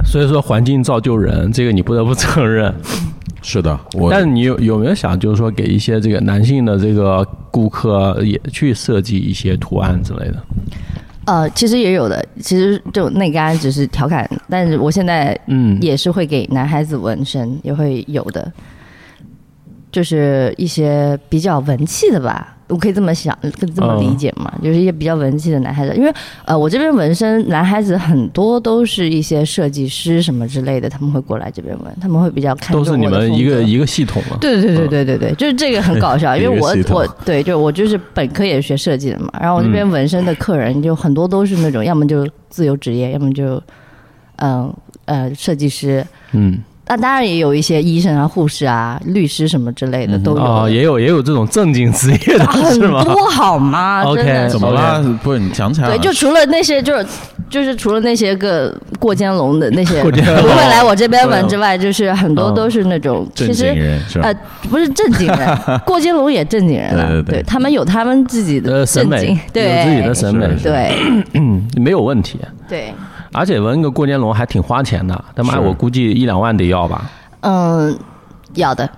所以说环境造就人，这个你不得不承认。是的，我但你有有没有想，就是说给一些这个男性的这个顾客也去设计一些图案之类的？呃，其实也有的，其实就内干只是调侃，但是我现在嗯，也是会给男孩子纹身，也会有的，就是一些比较文气的吧，我可以这么想，可以这么嗯理解嘛，就是一些比较文气的男孩子，因为呃，我这边纹身男孩子很多都是一些设计师什么之类的，他们会过来这边纹，他们会比较看都是重你我的们风一个格一个系统嘛。对对对对对对，就是这个很搞 笑，因为我嗯一个系统我对，就我就是本科也是学设计的嘛，然后我这边纹身的客人就很多都是那种，要么就自由职业，要么就嗯呃设计师，嗯，那当然也有一些医生啊、护士啊、律师什么之类嗯的都有，哦，也有也有这种正经职业的 很是吗？多好吗？ OK，真的怎是怎么啦？不是你啊讲起来对，了，就除了那些，就是就是除了那些个过肩龙的那些过不肩龙会来我这边纹之外，就是很多嗯都是那种正其经实人是吧呃？，不是正经 人，过街龙也正经人了，对对对他们有他们自己的呃，审正美经，对有自己的审美，是是对没有问题。对，而且纹个过肩龙还挺花钱的，他妈是我估计一两万得要吧。嗯，要的，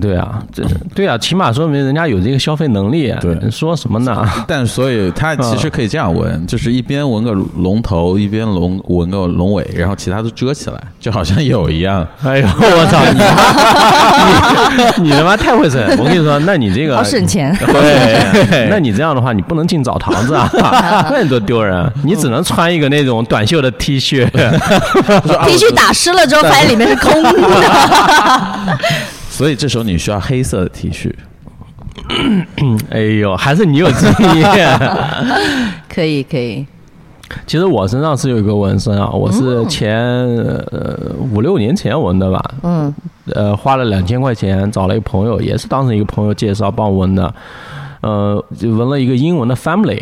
对啊，这对啊，起码说明人家有这个消费能力。对说什么呢？ 但所以他其实可以这样纹，就是一边纹个龙头，一边龙纹个龙尾，然后其他都遮起来，就好像有一样。哎呦，我操你妈！你你 他妈太会整！我跟你说，那你这个好省。 钱。对， 那你这样的话，你不能进澡堂子啊，那你多丢人！你只能穿一个那种短袖的 T 恤， T 恤打湿了之后，发现里面是空的。 所以这时候你需要黑色的 T 恤，哎呦，还是你有经验。 可以可以，其实我身上是有一个纹身啊，我是前、呃五六年前纹的吧，嗯，呃，花了两千块钱找了一个朋友，也是当时一个朋友介绍帮我纹的，呃，就纹了一个英文的 family。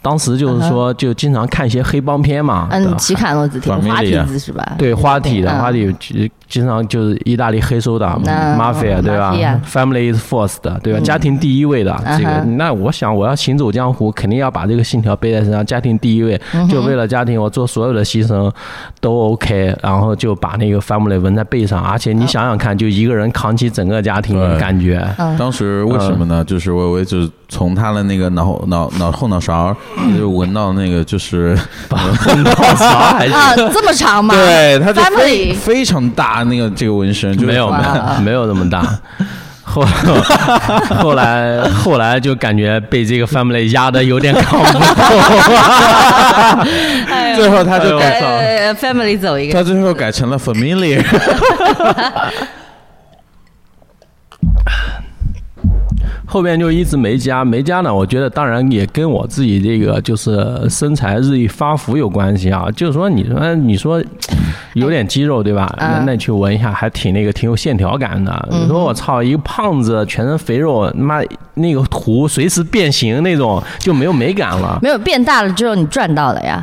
当时就是说，就经常看一些黑帮片嘛，嗯，对奇卡诺子体 Familia 花体子是吧？啊对花体的嗯花体有经经常就是意大利黑手党嗯 mafia 对吧 mafia ？Family is first 的对吧？家庭第一位的嗯这个，哼那我想我要行走江湖，肯定要把这个信条背在身上，家庭第一位，嗯就为了家庭我做所有的牺牲都 OK，然后就把那个 family 纹在背上，而且你想想看，就一个人扛起整个家庭的对感觉。嗯当时为什么呢？就是我我就是从他的那个脑脑脑后脑勺，就闻到那个就是，我操，还是啊，这么长吗？对，他就非 Family 非常大那个这个纹身，就 是没有哇没有没 有那么大。后 后来后来就感觉被这个 family 压的有点扛不住，最后他就改，呃，family 走一个他最后改成了 family。后边就一直没加，没加呢，我觉得当然也跟我自己这个就是身材日益发福有关系啊。就是说，你说你说有点肌肉对 吧？嗯那那你去闻一下，还挺那个，挺有线条感的。你说我操，一个胖子全身肥肉，他妈那个图随时变形那种，就没有美感了，没有变大了之后你赚到了呀，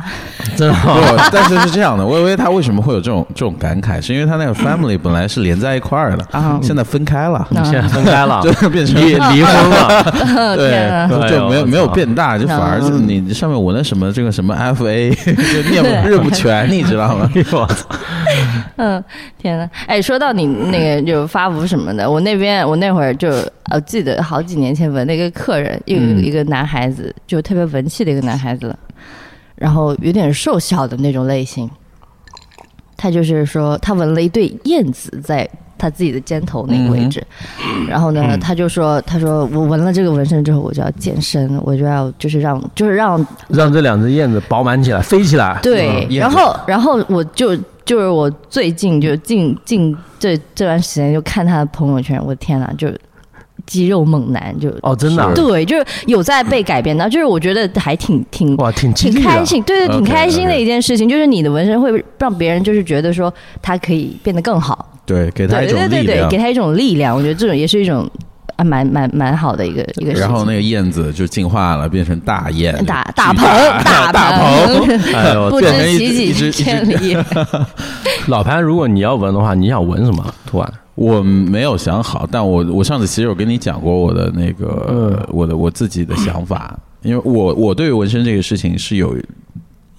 真的。 不，但是是这样的，微微她为什么会有这种这种感慨，是因为她那个 family 本来是连在一块儿的，啊现在分开了，现在分开了， 就变成啊离离婚了。 天啊对，就哎呦没有没有变大，就反而是嗯你上面纹了什么这个什么 FA，就念不认不全，你知道吗？哎 呦我操！嗯，天呐，哎，说到你那个就发福什么的，我那边我那会儿就呃记得好几年前闻了一个客人，一个、嗯一个男孩子，就特别文气的一个男孩子，然后有点瘦小的那种类型。他就是说，他纹了一对燕子在他自己的肩头那个位置，然后呢，他就说，他说我纹了这个纹身之后，我就要健身，我就要就是让就是让让这两只燕子饱满起来，飞起来。对嗯，厌然倦后然后我就就是我最近就近近这这段时间就看他的朋友圈，我的天呐，就肌肉猛男就哦，真的啊，对，就是有在被改变到，就是我觉得还挺挺哇，挺激挺励的啊开。心，对对，挺 OK，OK 开心的一件事情，就是你的纹身会让别人就是觉得说他可以变得更好，对，给她对一种对对力对，量给。他一种力量，我觉得这种也是一种啊蛮蛮蛮好的一个一个事情。然后那个燕子就进化了，变成大燕，大巨大鹏 大大鹏鹏， 哎呦，不对知变哦成一其一只几一只千里。 老潘，如果你要纹的话，你想纹什么图案？我没有想好，但我我上次其实有跟你讲过我的那个、嗯我的我自己的想法，因为我我对于纹身这个事情是有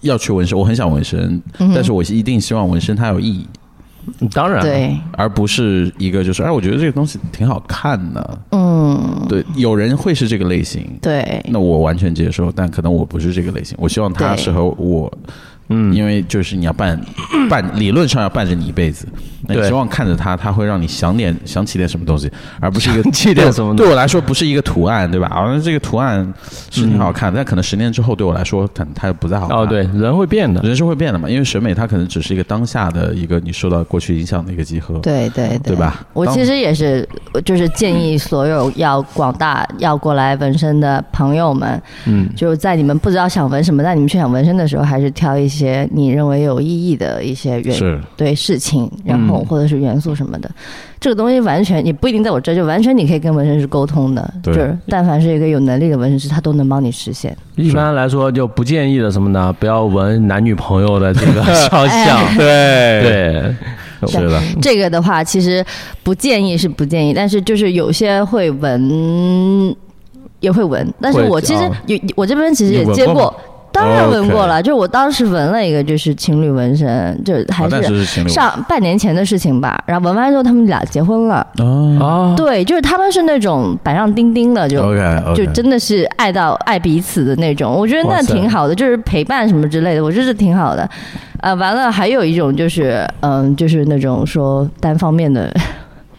要去纹身，我很想纹身，嗯但是我一定希望纹身它有意义，当然，，对，而不是一个就是哎，我觉得这个东西挺好看的，嗯，对，有人会是这个类型，对，那我完全接受，但可能我不是这个类型，我希望它对适合我。嗯，因为就是你要 伴伴，理论上要伴着你一辈子，那你对希望看着它，它会让你想点想起点什么东西，而不是一个 气垫什么对的。我来说不是一个图案，对吧？好像这个图案是挺好看，嗯但可能十年之后对我来说，可能它又不再好看。哦，对，，人会变的。人是会变的嘛，因为审美它可能只是一个当下的一个你受到过去影响的一个集合。对对对，对吧我当其实也是，我就是建议所有要广大要过来纹身的朋友们，嗯，就是在你们不知道想纹什么，但你们却想纹身的时候，还是挑一些你认为有意义的一些元是对事情，然后嗯或者是元素什么的。这个东西完全也不一定在我这儿，就完全你可以跟纹身师沟通的，就对是但凡是一个有能力的纹身师，他都能帮你实现。一般来说，就不建议的什么呢？不要纹男女朋友的这 个肖像。对对，是的，这个的话，其实不建议是不建议，但是就是有些会闻，也会闻。但是会我其实啊有，我这边其实你也闻接过吗过，当然 OK 闻过了。就我当时纹了一个，就是情侣纹身，就还好，但是哦是是情侣上半年前的事情吧。然后纹完之后，他们俩结婚了。啊啊，对，就是他们是那种板上钉钉的，就，OK，就真的是爱到爱彼此的那种，我觉得那哇塞挺好的，就是陪伴什么之类的，我觉得这挺好的。呃，完了还有一种就是，嗯，就是那种说单方面的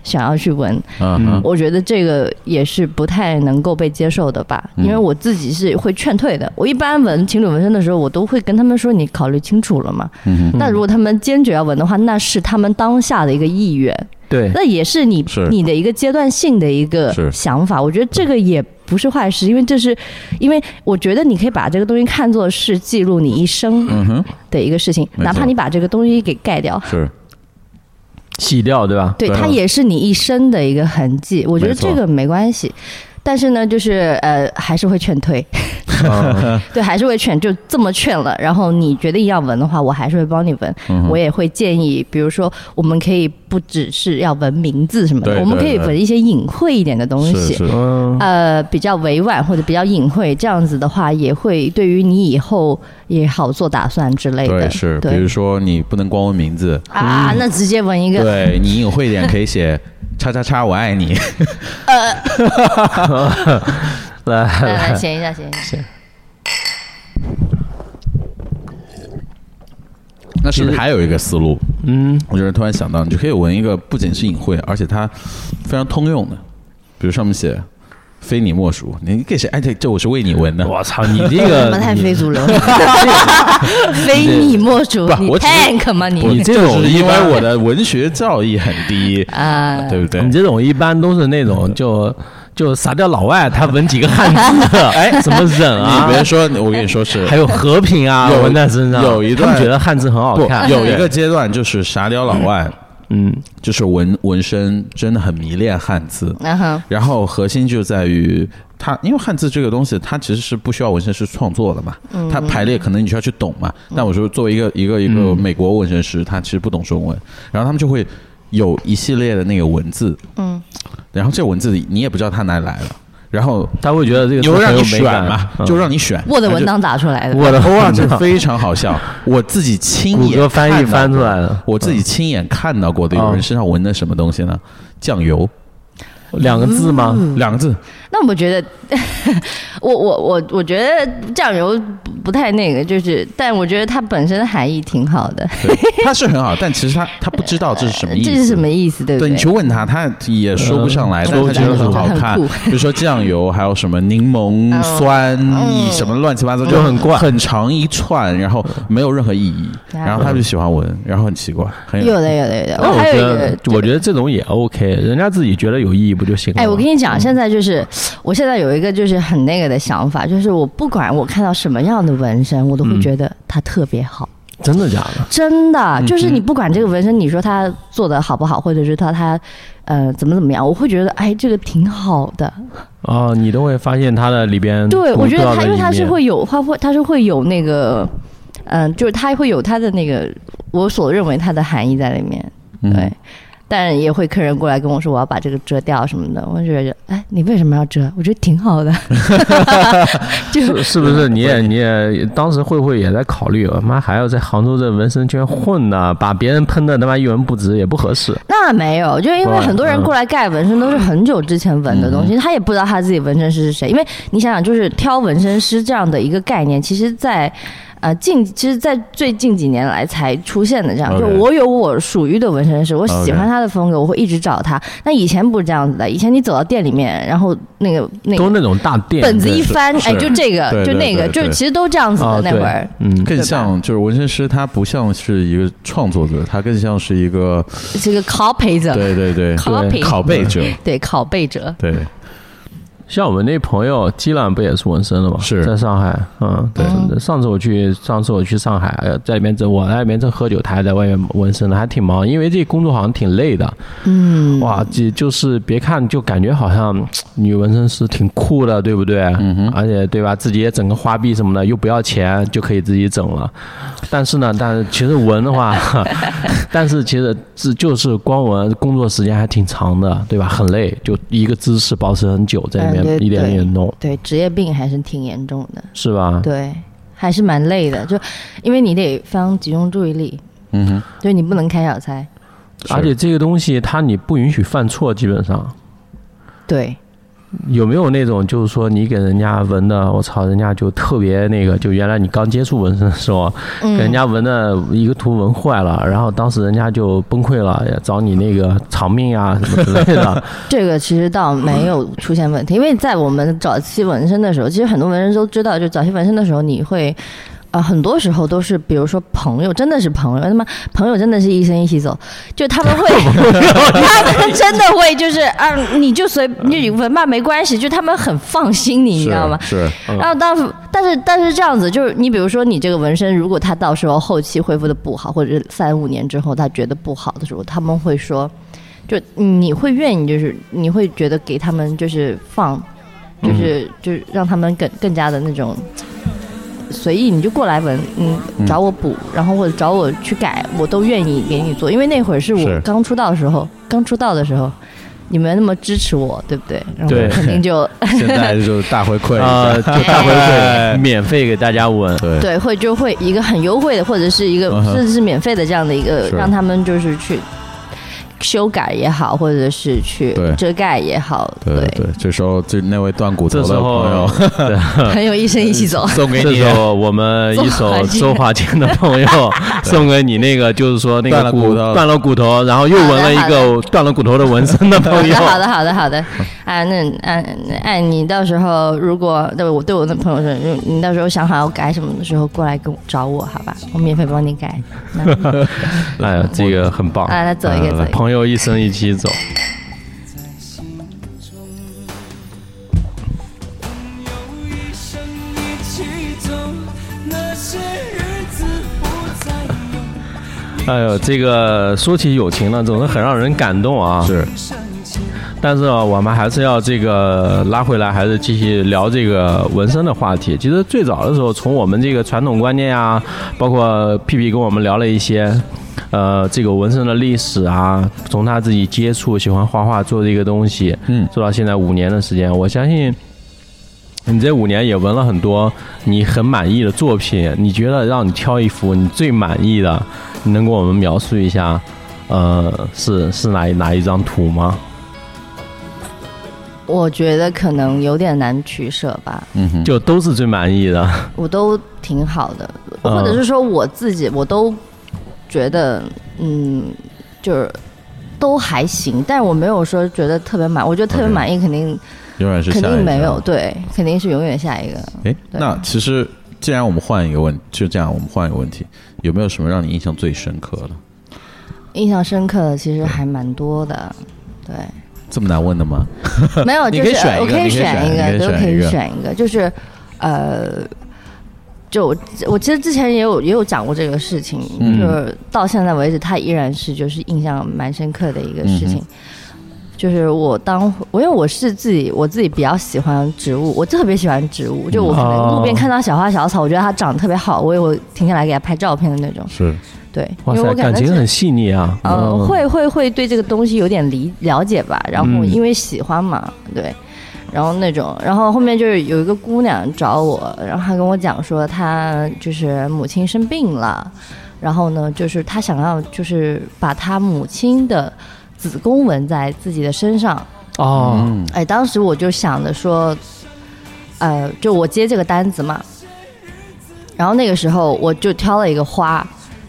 想要去闻，嗯哼我觉得这个也是不太能够被接受的吧，嗯因为我自己是会劝退的。我一般纹情侣纹身的时候，我都会跟他们说：“你考虑清楚了吗？”嗯哼那如果他们坚决要纹的话，那是他们当下的一个意愿，对，那也是你是你的一个阶段性的一个是想法，我觉得这个也不是坏事，因为这是，因为我觉得你可以把这个东西看作是记录你一生嗯哼，的一个事情，没错哪怕你把这个东西给盖掉，是洗掉对吧？对，对啊它也是你一生的一个痕迹，我觉得没错这个没关系。但是呢，就是呃，还是会劝退，啊 对，还是会劝，就这么劝了。然后你决定要纹的话，我还是会帮你纹。嗯哼我也会建议，比如说，我们可以不只是要纹名字什么的，对我们可以对对纹一些隐晦一点的东西。是是，嗯，呃比较委婉或者比较隐晦，这样子的话，也会对于你以后也好做打算之类的。对是，比对如说你不能光问名字，啊，那直接纹一 个，对你隐晦一点可 以写“叉叉叉我爱你来 来来来，写一下，写一下。”，那是不是还有一个思路？嗯，我就是突然想到，你就可以纹一个不仅是隐晦，而且它非常通用的，比如上面写“非你莫属”，你可以写“哎，这这我是为你纹的我操，你这 你个们太你非主流了，嗯非你莫属不，你我只是 tank 吗你”，你这种就是因一般为我的文学造诣很低， 啊？对不对你？这种一般都是那种就就傻掉老外，他纹几个汉字， 哎，怎么忍啊？你别说，我跟你说是还有和平啊，有纹在身上，有一他们段觉得汉字很好不看，有一个阶段就是傻屌老外，嗯，就是纹纹身真的很迷恋汉字，嗯哼，然后核心就在于它，因为汉字这个东西，它其实是不需要纹身师创作的嘛，嗯它排列可能你需要去懂嘛。但我说作为一个一个一嗯个美国纹身师，他其实不懂中文，然后他们就会有一系列的那个文字，嗯，然后这文字你也不知道它哪里来的，然后他会觉得这个又字让很你有美选感嘛，嗯就让你选我的文。然后档打出来的，我 的就哇，这文档非常好笑！我自己 亲谷眼歌翻译看到翻出过来的，我自己亲眼看到过的，有人哦身上纹的什么东西呢？酱油两个字吗？嗯两个字，那我觉得， 我我我我觉得酱油不不太那个，就是，但我觉得它本身的含义挺好的。对，他是很好，但其实他他不知道这是什么意思，这是什么意思？对不对你对去？问他，他也说不上来，嗯但他觉得很好说不上来看就很。比如说酱油，还有什么柠檬酸、什么乱七八糟，嗯就就很怪很长一串，然后没有任何意义。嗯然后他就喜欢闻，然后很奇怪，很 有的有的有的，那我哦还觉有一个得，，我觉得这种也 OK，人家自己觉得有意义不就行了吗？嗯哎，我跟你讲，现在就是，我现在有一个就是很那个的想法，就是我不管我看到什么样的纹身，我都会嗯觉得它特别好。真的假的？真的，嗯就是你不管这个纹身，你说他做的好不好，或者是他他呃怎么怎么样，我会觉得哎，这个挺好的。哦，你都会发现它的里边独特的对，一面，我觉得他因为他是会有，他会他是会有那个，嗯、就是他会有他的那个我所认为它的含义在里面。对，嗯但也会客人过来跟我说我要把这个遮掉什么的，我就觉得哎，你为什么要遮？我觉得挺 好的， 就是是是不是？你也你也当时慧慧也在考虑，我妈还要在杭州这纹身圈混呢，把别人喷的他妈一文不值也不合适。那没有，就是因为对很嗯多人过来盖纹身都是很久之前纹的东西，他也不知道他自己纹身师是谁。因为你想想，就是挑纹身师这样的一个概念，其实在，呃近，其实，在最近几年来才出现的这样。 OK 就我有我属于的纹身师，我 OK 喜欢他的风格，我会一直找他。那以前不是这样子的，以前你走到店里面，然后那个那都个那种大店本子对一翻，是哎，就这个，对就对那个，对就对是其实都这样子啊，的那对会儿。，嗯，更吧像就是纹身师，他不像是一个创作者，他更像是一个这个拷贝者，对对对拷贝拷贝者，对拷贝者，对像我们那朋友基兰不也是纹身的吗？是在上海，嗯，对。上次我去，上次我去上海，呃在里面这我在里面正喝酒，他还在外面纹身呢，还挺忙，因为这工作好像挺累的。嗯，哇，这就是别看就感觉好像嘖女纹身师挺酷的，对不对？嗯而且对吧，自己也整个花臂什么的，又不要钱就可以自己整了。但是呢，但是其实纹的 话，但是其实这就是光纹工作时间还挺长的，对吧？很累，就一个姿势保持很久，在里嗯对面一点一点弄，对，职业病还是挺严重的。是吧？对，还是蛮累的，就因为你得非常集中注意力，嗯哼，就你不能开小差。而且这个东西它你不允许犯错，基本上。嗯对，有没有那种就是说你给人家纹的，我操，人家就特别那个，就原来你刚接触纹身的时候，嗯给人家纹的一个图纹坏了，然后当时人家就崩溃了，也找你那个偿命啊什么之类 的。这个其实倒没有出现问题，因为在我们早期纹身的时候，其实很多纹身师都知道，就早期纹身的时候你会。啊、很多时候都是，比如说朋友，真的是朋友，他妈朋友真的是一生一起走，就他们 会，他们真的会就是啊，你就随你纹吧，没关系，就他们很放心你，你知道吗？嗯是 然后当时，但是但是这样子，就是你比如说你这个纹身，如果他到时候后期恢复的不好，或者是三五年之后他觉得不好的时候，他们会说，就你会愿意，就是你会觉得给他们就是放，就是、就是让他们更更加的那种随意，你就过来纹，嗯，找我补，然后或者找我去改，我都愿意给你做，因为那会儿是是我刚出道的时候，刚出道的时候。你们那么支持我，对不对？然后对我肯定就现在就大回馈一啊、下就大回哎馈，免费给大家纹。 对对，会就会一个很优惠的，或者是一个嗯哼甚至是免费的这样的一个，是让他们就是去修改也好，或者是去对遮盖也好，对对对，这时候就那位断骨头这时的朋友。候， 朋友一生一起走 送给这你时候我们一首周华健的朋 友送给你那个，就是说那断了个骨骨头断了骨头，然后又纹了一好的个断了骨头的纹身的 好哎朋的，友。好的，好的，好的。啊，那啊，那哎，你到时候如果对我对我的朋友说，如你到时候想好要改什么的时候，过来跟我找我，好吧？我免费帮你改。那 哎呀，这个很棒。哎啊，那走一个，走一个。朋友一生一起走。那些日子不再有，哎呦，这个说起友情呢，总是很让人感动啊。是深情但是啊，我们还是要这个拉回来，还是继续聊这个纹身的话题。其实最早的时候，从我们这个传统观念呀、包括屁屁跟我们聊了一些，呃，这个纹身的历史啊，从他自己接触喜欢画画做这个东西，嗯做到现在五年的时间，我相信。你这五年也纹了很多你很满意的作品，你觉得让你挑一幅你最满意的，你能给我们描述一下，呃，是是哪一哪一张图吗？我觉得可能有点难取舍吧，嗯哼，就都是最满意的。我都挺好的，嗯或者是说我自己，我都觉得，嗯，就是都还行，但我没有说觉得特别满，我觉得特别 OK 满意肯定永远是肯下一定个没有，。对，肯定是永远下一个。哎，对那其实既然我们换一个问，就这样，我们换一个问题，有没有什么让你印象最深刻的？印象深刻的其实还蛮多的，对，这么难问的吗？ 没有你就可以是选一个我可你可以以选选一你可以个，都选可一以个选一个，就是呃。就我我其实之前也有也有讲过这个事情，嗯就是到现在为止，它依然是就是印象蛮深刻的一个嗯事情。就是我当我因为我是自己我自己比较喜欢植物，我特别喜欢植物，就我可能路边哦看到小花小草，我觉得它长得特别好，我也会停下来给它拍照片的那种。是，对，哇因为塞，我感觉情很细腻啊。呃，嗯，会会会对这个东西有点理了解吧，然后嗯因为喜欢嘛，对，然后那种，然后后面就是有一个姑娘找我，然后她跟我讲说她就是母亲生病了，然后呢，就是她想要就是把她母亲的子宫纹在自己的身上，哦，嗯，哎，当时我就想着说，呃，就我接这个单子嘛，然后那个时候我就挑了一个花，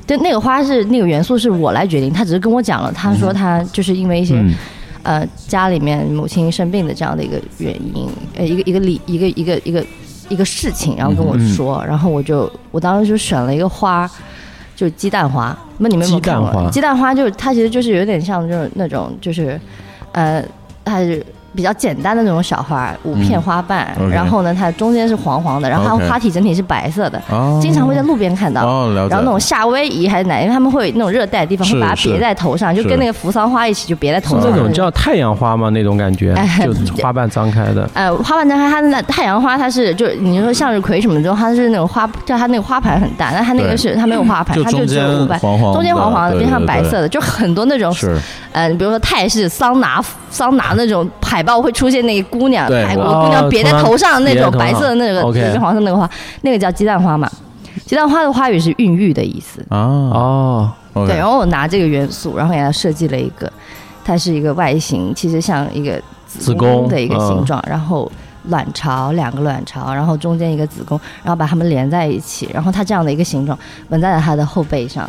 但那个花是那个元素是我来决定，他只是跟我讲了，他说他就是因为一些、嗯，呃家里面母亲生病的这样的一个原因，呃，一个一个理一个一个一个一个事情，然后跟嗯我说，然后我就我当时就选了一个花。就是鸡蛋花，那你们有没有鸡蛋看过花鸡蛋花就是它其实就是有点像就是那种就是，呃，它是比较简单的那种小花，五片嗯花瓣， OK 然后呢它中间是黄黄的，然后它 OK 花体整体是白色的，哦，经常会在路边看到。哦，了解，然后那种夏威夷还是哪，因为他们会有那种热带的地方是会把它是别在头上，就是跟那个扶桑花一起就别在头是上。那种叫太阳花吗？那种感觉，哎就是花瓣张开的。呃花瓣张开，它那太阳花它是就是你说向日葵什么的，它是那种花，就它那个花盘很大，但它那对个是它没有花盘，就它就中只间有五瓣，黄黄的中间黄黄的，对边上对对白色的，就很多那种是，呃，比如说泰式桑拿桑拿那种海报会出现那个姑娘，对泰我国姑娘别在头上那种白色的那别在头个上，OK 对，跟黄色那个花，那个叫鸡蛋花嘛。鸡蛋花的花语是孕育的意思，啊，哦， OK 对。然后我拿这个元素，然后给它设计了一个，它是一个外形，其实像一个子宫宫的一个嗯形状，然后卵巢两个卵巢，然后中间一个子宫，然后把它们连在一起，然后它这样的一个形状纹在了它的后背上，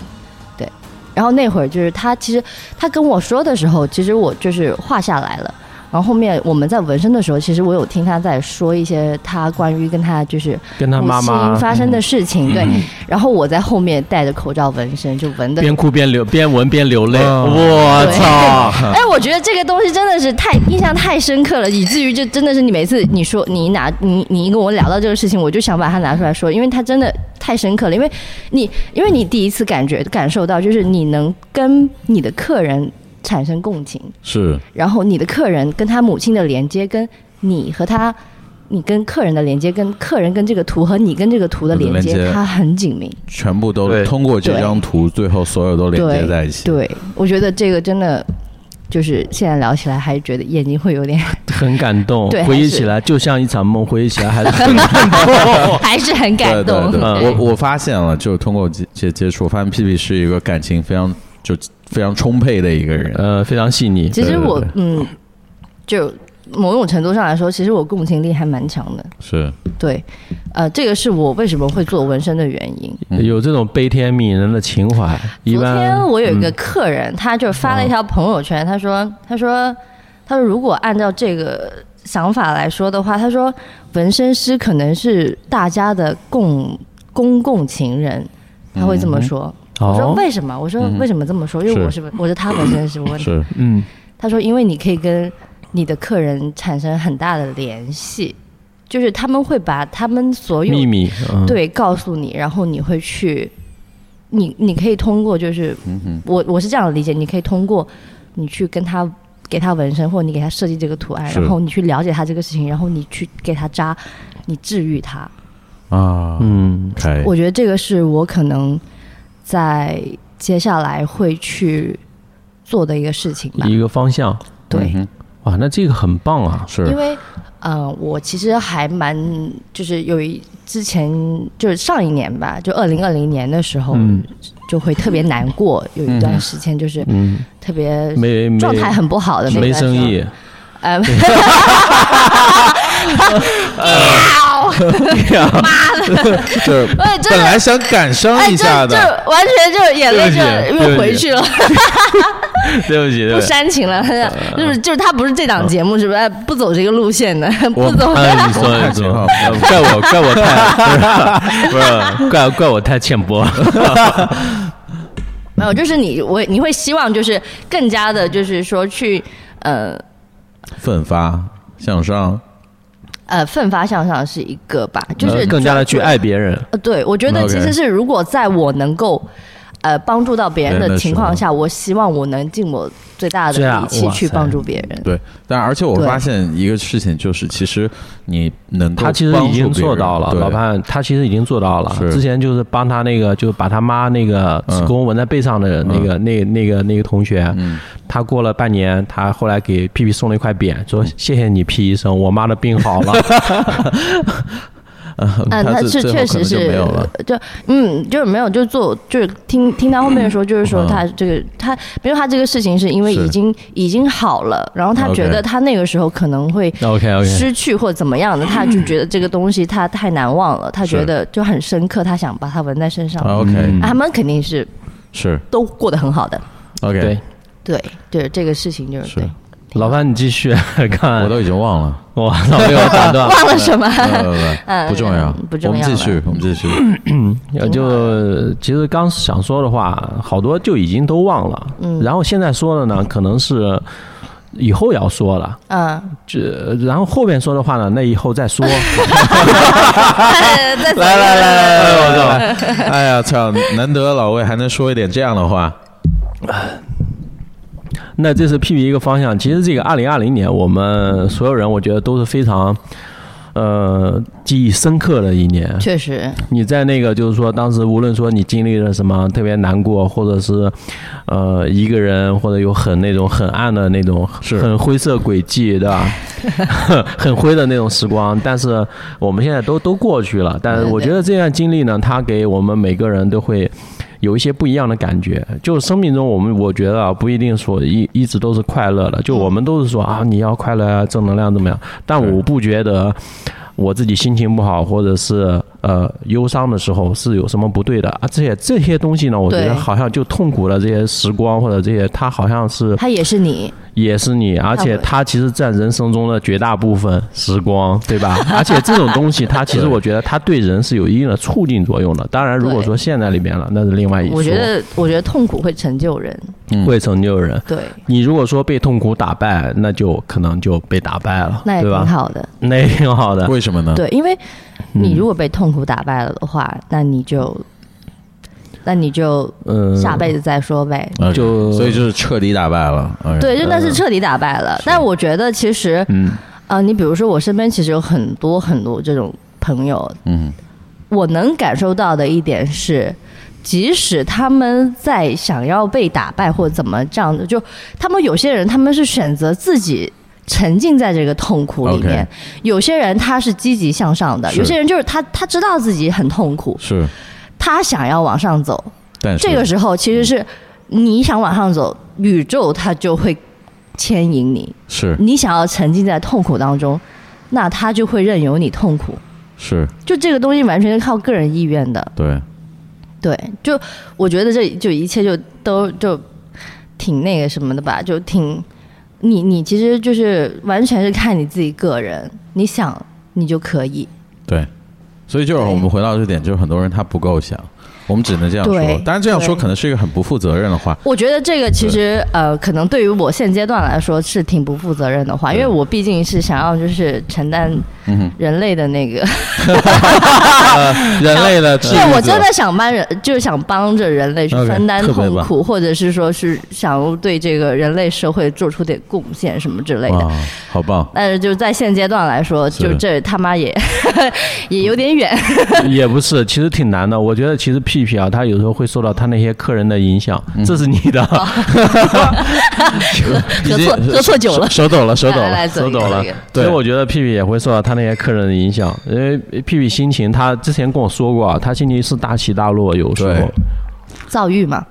对。然后那会儿就是他，其实他跟我说的时候，其实我就是画下来了。然后后面我们在纹身的时候，其实我有听他在说一些他关于跟他就是跟他母妈亲妈发生的事情，对。然后我在后面戴着口罩纹身，就纹的边哭边流，边闻边流泪。哦我操！ 哎，我觉得这个东西真的是太印象太深刻了，以至于就真的是你每次你说你拿你你跟我聊到这个事情，我就想把它拿出来说，因为它真的太深刻了。因为你因为你第一次感觉感受到，就是你能跟你的客人产生共情，是然后你的客人跟他母亲的连接，跟你和他。你跟客人的连接，跟客人跟这个图和你跟这个图的连连接接，它很紧密。全部都对通过这张图，最后所有都连接对在一起。对，我觉得这个真的就是现在聊起来，还觉得眼睛会有点很感动对，还回忆是起来就像一场梦，回忆起来还是 很感动。 还是很对感动。对对，嗯我我发现了，就是通过接接接触，我发现屁屁是一个感情非常就非常充沛的一个人。呃，非常细腻。其对实对我对嗯，就某种程度上来说，其实我共情力还蛮强的。是，对，呃，这个是我为什么会做纹身的原因。嗯有这种悲天悯人的情怀，一昨般天我有一个嗯客人，他就发了一条朋友圈，他哦说：“他说，他说，如果按照这个想法来说的话，他说，纹身师可能是大家的共公共情人。”他会嗯这么说，我说哦，为什么？我说为什么这么说？因是为我是我是他纹身师，我问他是嗯，他说，因为你可以跟你的客人产生很大的联系，就是他们会把他们所有秘密，嗯，对告诉你，然后你会去，你你可以通过就是，嗯我我是这样理解，你可以通过你去跟他给他纹身，或者你给他设计这个图案，是然后你去了解他这个事情，然后你去给他扎，你治愈他。啊，嗯，可以我觉得这个是我可能在接下来会去做的一个事情吧。一个方向。对，嗯哇，那这个很棒啊！是因为嗯、呃我其实还蛮就是有一之前就是上一年吧，就二零二零年的时候，嗯就会特别难过，有一段时间就是嗯，特别没没状态很不好的那没段时候生意，呃， 就是哎真的本来想感伤哎，一这下这的，完全就是眼泪对就不起又回去了，对不起，对不不起。 煽情了，就是就是他不是这档节目，是不是？哎不走这个路线的，不走。哎，你说的怎么？怪我，怪我 太不是，怪怪我太浅薄。没有，就是你我你会希望就是更加的，就是说去呃奋发向上，呃奋发向上是一个吧，呃就是更加的去爱别人。呃，对，我觉得 OK 其实是如果在我能够呃帮助到别人别人的的情时况候下，我希望我能尽我最大最的大力气哇去塞帮助别人。对，但而且我对发现一个事情，就是其实你能够他其实帮助已经别人做到了，对老潘，他其实已经做到了。是之前就是帮他那个，就把他妈那个嗯公文纹在背上的那个、那那个那个同学，嗯他过了半年，他后来给屁屁送了一块匾，说谢谢你屁医生，我妈的病好 了。嗯，他他最是最后确可能实就是没有了，就嗯，就是没有，就是做，就是听听到后面说，就是说嗯他这个他，比如他这个事情是因为是已经已经好了，然后他 OK 觉得他那个时候可能会 OK OK，失去或怎么样的，他就觉得这个东西他太难忘了，他是觉得就很深刻，他想把它纹在身上。啊 OK 嗯啊他们肯定是是都过得很好的，对 OK，，对，对，这个事情就是嗯是对。老潘你继续 看，我都已经忘了，我老被我打断了。忘了什么？呃不重要 嗯，不重要我们继续了，我们继续，呃， 就其实刚想说的话，好多就已经都忘了。嗯，然后现在说的呢，可能是以后要说了。嗯，这然后后面说的话呢，那以后 再说。哎再走来来来来来，我操！哎呀，操！难得老魏还能说一点这样的话，那这是 P P 一个方向。其实这个二零二零年，我们所有人我觉得都是非常。呃，记忆深刻的一年，确实，你在那个就是说，当时无论说你经历了什么特别难过，或者是呃一个人，或者有很那种很暗的那种，是很灰色轨迹，对吧？很灰的那种时光，但是我们现在都都过去了。但是我觉得这样经历呢，它给我们每个人都会。有一些不一样的感觉，就是生命中我们我觉得啊，不一定说一一直都是快乐的，就嗯我们都是说啊，你要快乐啊，正能量怎么样？但我不觉得我自己心情不好或者是呃忧伤的时候是有什么不对的啊。这些这些东西呢，我觉对得好像就痛苦的这些时光或者这些，它好像是他也是你，也是你，而且它其实占人生中的绝大部分时光，对 吧？而且这种东西，它其实我觉得它对人是有一定的促进作用的。当然，如果说现在里面了，那是另外一说，我觉得，我觉得痛苦会成就人，嗯会成就人。对，你如果说被痛苦打败，那就可能就被打败了，那也对挺吧？好的，那也挺好的，为什么呢？对，因为嗯你如果被痛苦打败了的话，那你就，那你就嗯，下辈子再说呗。 OK，就所以就是彻底打败了。OK，对，就那是彻底打败了。但我觉得其实，嗯，呃，你比如说我身边其实有很多很多这种朋友，嗯，我能感受到的一点是，即使他们在想要被打败或怎么这样的，就他们有些人他们是选择自己。沉浸在这个痛苦里面 OK 有些人他是积极向上的，是有些人就是他他知道自己很痛苦，是，他想要往上走。但是嗯这个时候其实是你想往上走，宇宙它就会牵引你。是你想要沉浸在痛苦当中，那它就会任由你痛苦。是，就这个东西完全是靠个人意愿的。对，对，就我觉得这就一切就都就挺那个什么的吧，就挺你你其实就是完全是看你自己个人，你想你就可以。对，所以就是我们回到这点，就是很多人他不够想，我们只能这样对说。当然这样说对可能是一个很不负责任的话。我觉得这个其实呃，可能对于我现阶段来说是挺不负责任的话，因为我毕竟是想要就是承担人类的那个， 人类的治愈对我者真的想帮人，就是想帮着人类去 OK，分担特别痛棒苦，或者是说是想要对这个人类社会做出点贡献什么之类的哇。，啊好棒！但是就在现阶段来说，是就这他 妈也也有点远。 也不是，其实挺难的。我觉得其实屁屁啊，他有时候会受到他那些客人的影响，嗯这是你 的。喝错喝哦错 酒了手手抖了，手抖来来了，走手抖一个了走一个。所对，以我觉得屁屁也会受到他那些客人的影响，因为屁屁心情，他之前跟我说过啊，他心情是大起大落，有时候对躁郁嘛，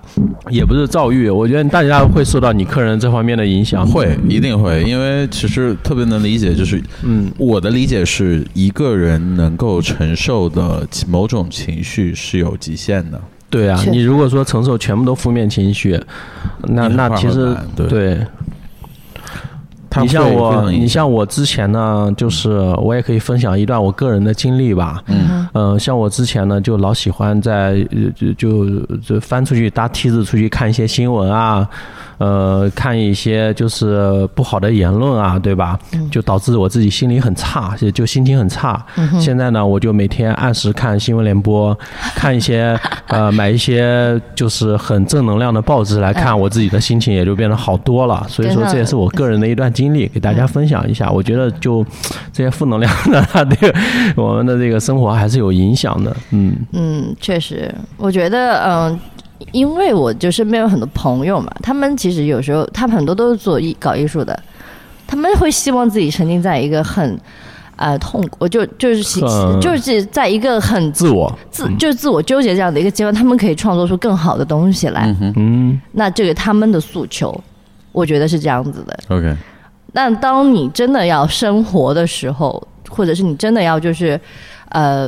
也不是躁郁。我觉得大家会受到你客人这方面的影响。会，一定会，因为其实特别能理解，就是，嗯，我的理解是一个人能够承受的某种情绪是有极限的，对啊，确实你如果说承受全部都负面情绪，那你那很快其会实满对它你像会非我，常影你响嗯像我之前呢，就是我也可以分享一段我个人的经历吧。嗯，呃，像我之前呢，就老喜欢在呃就就就翻出去搭梯子出去看一些新闻啊，呃，看一些就是不好的言论啊，对吧？嗯就导致我自己心里很差，就就心情很差。现在呢，我就每天按时看新闻联 播，看一些呃买一些就是很正能量的报纸来看，我自己的心情也就变得好多了。所以说，嗯真的这也是我个人的一段经 历，给大家分享一下。我觉得就这些负能量呢， 它对我们的这个生活还是有影响的。嗯，嗯，确实，我觉得，嗯，因为我就身边有很多朋友嘛，他们其实有时候，他们很多都是做艺搞艺术的，他们会希望自己沉浸在一个很。呃，痛苦，我就就是喜很就是在一个很自我，自就是自我纠结这样的一个阶段，他们可以创作出更好的东西来。嗯，那这个他们的诉求，我觉得是这样子的。 OK，但当你真的要生活的时候，或者是你真的要就是，呃，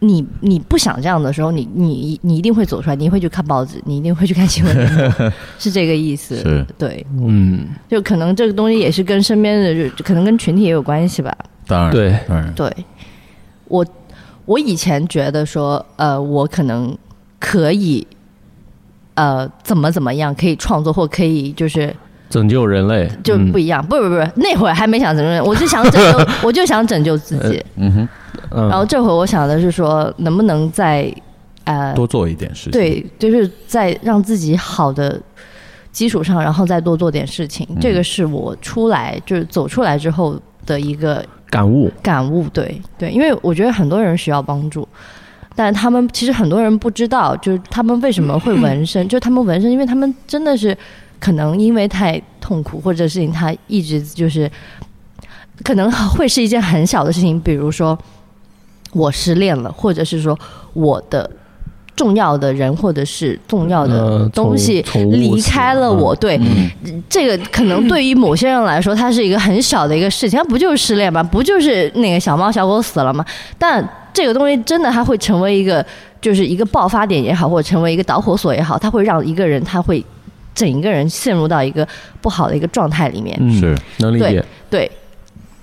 你你不想这样的时候，你你你一定会走出来，你一定会去看报纸，你一定会去看新闻联播，是这个意思。是，对，嗯，就可能这个东西也是跟身边的人，就可能跟群体也有关系吧。当然，对当然，对，我我以前觉得说，呃，我可能可以，呃，怎么怎么样，可以创作或可以就是拯救人类就嗯不一样，不不不，那会儿还没想拯救人，我就想拯 救，我就想拯救自己。嗯哼，呃嗯然后这会儿我想的是说，能不能在呃，多做一点事情，，对，就是在让自己好的基础上，然后再多做点事情。这嗯个是我出来就是走出来之后的一个感悟，感悟，对对，因为我觉得很多人需要帮助，但他们其实很多人不知道，就是他们为什么会纹身，就是他们纹身，因为他们真的是可能因为太痛苦，或者事情他一直就是可能会是一件很小的事情，比如说我失恋了，或者是说我的。重要的人或者是重要的呃东西宠物宠物离开了我，对，这个可能对于某些人来说，它是一个很小的一个事情，它不就是失恋吗？不就是那个小猫小狗死了吗？但这个东西真的，它会成为一个，就是一个爆发点也好，或者成为一个导火索也好，它会让一个人，他会整一个人陷入到一个不好的一个状态里面。嗯，是能理对解，对，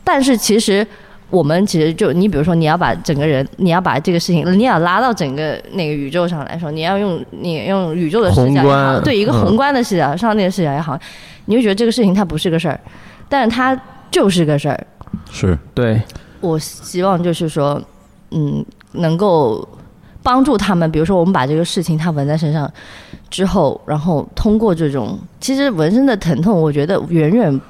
但是其实我们其实就你比如说，你要把整个人，你要把这个事情，你要拉到整个那个宇宙上来说，你要用你用宇宙的视角也宏好，观对一个嗯宏观的视角、上帝的视角也好，你会觉得这个事情它不是个事儿，但是它就是个事儿。是，对，我希望就是说，嗯，能够帮助他们。比如说，我们把这个事情它纹在身上之后，然后通过这种，其实纹身的疼痛，我觉得远远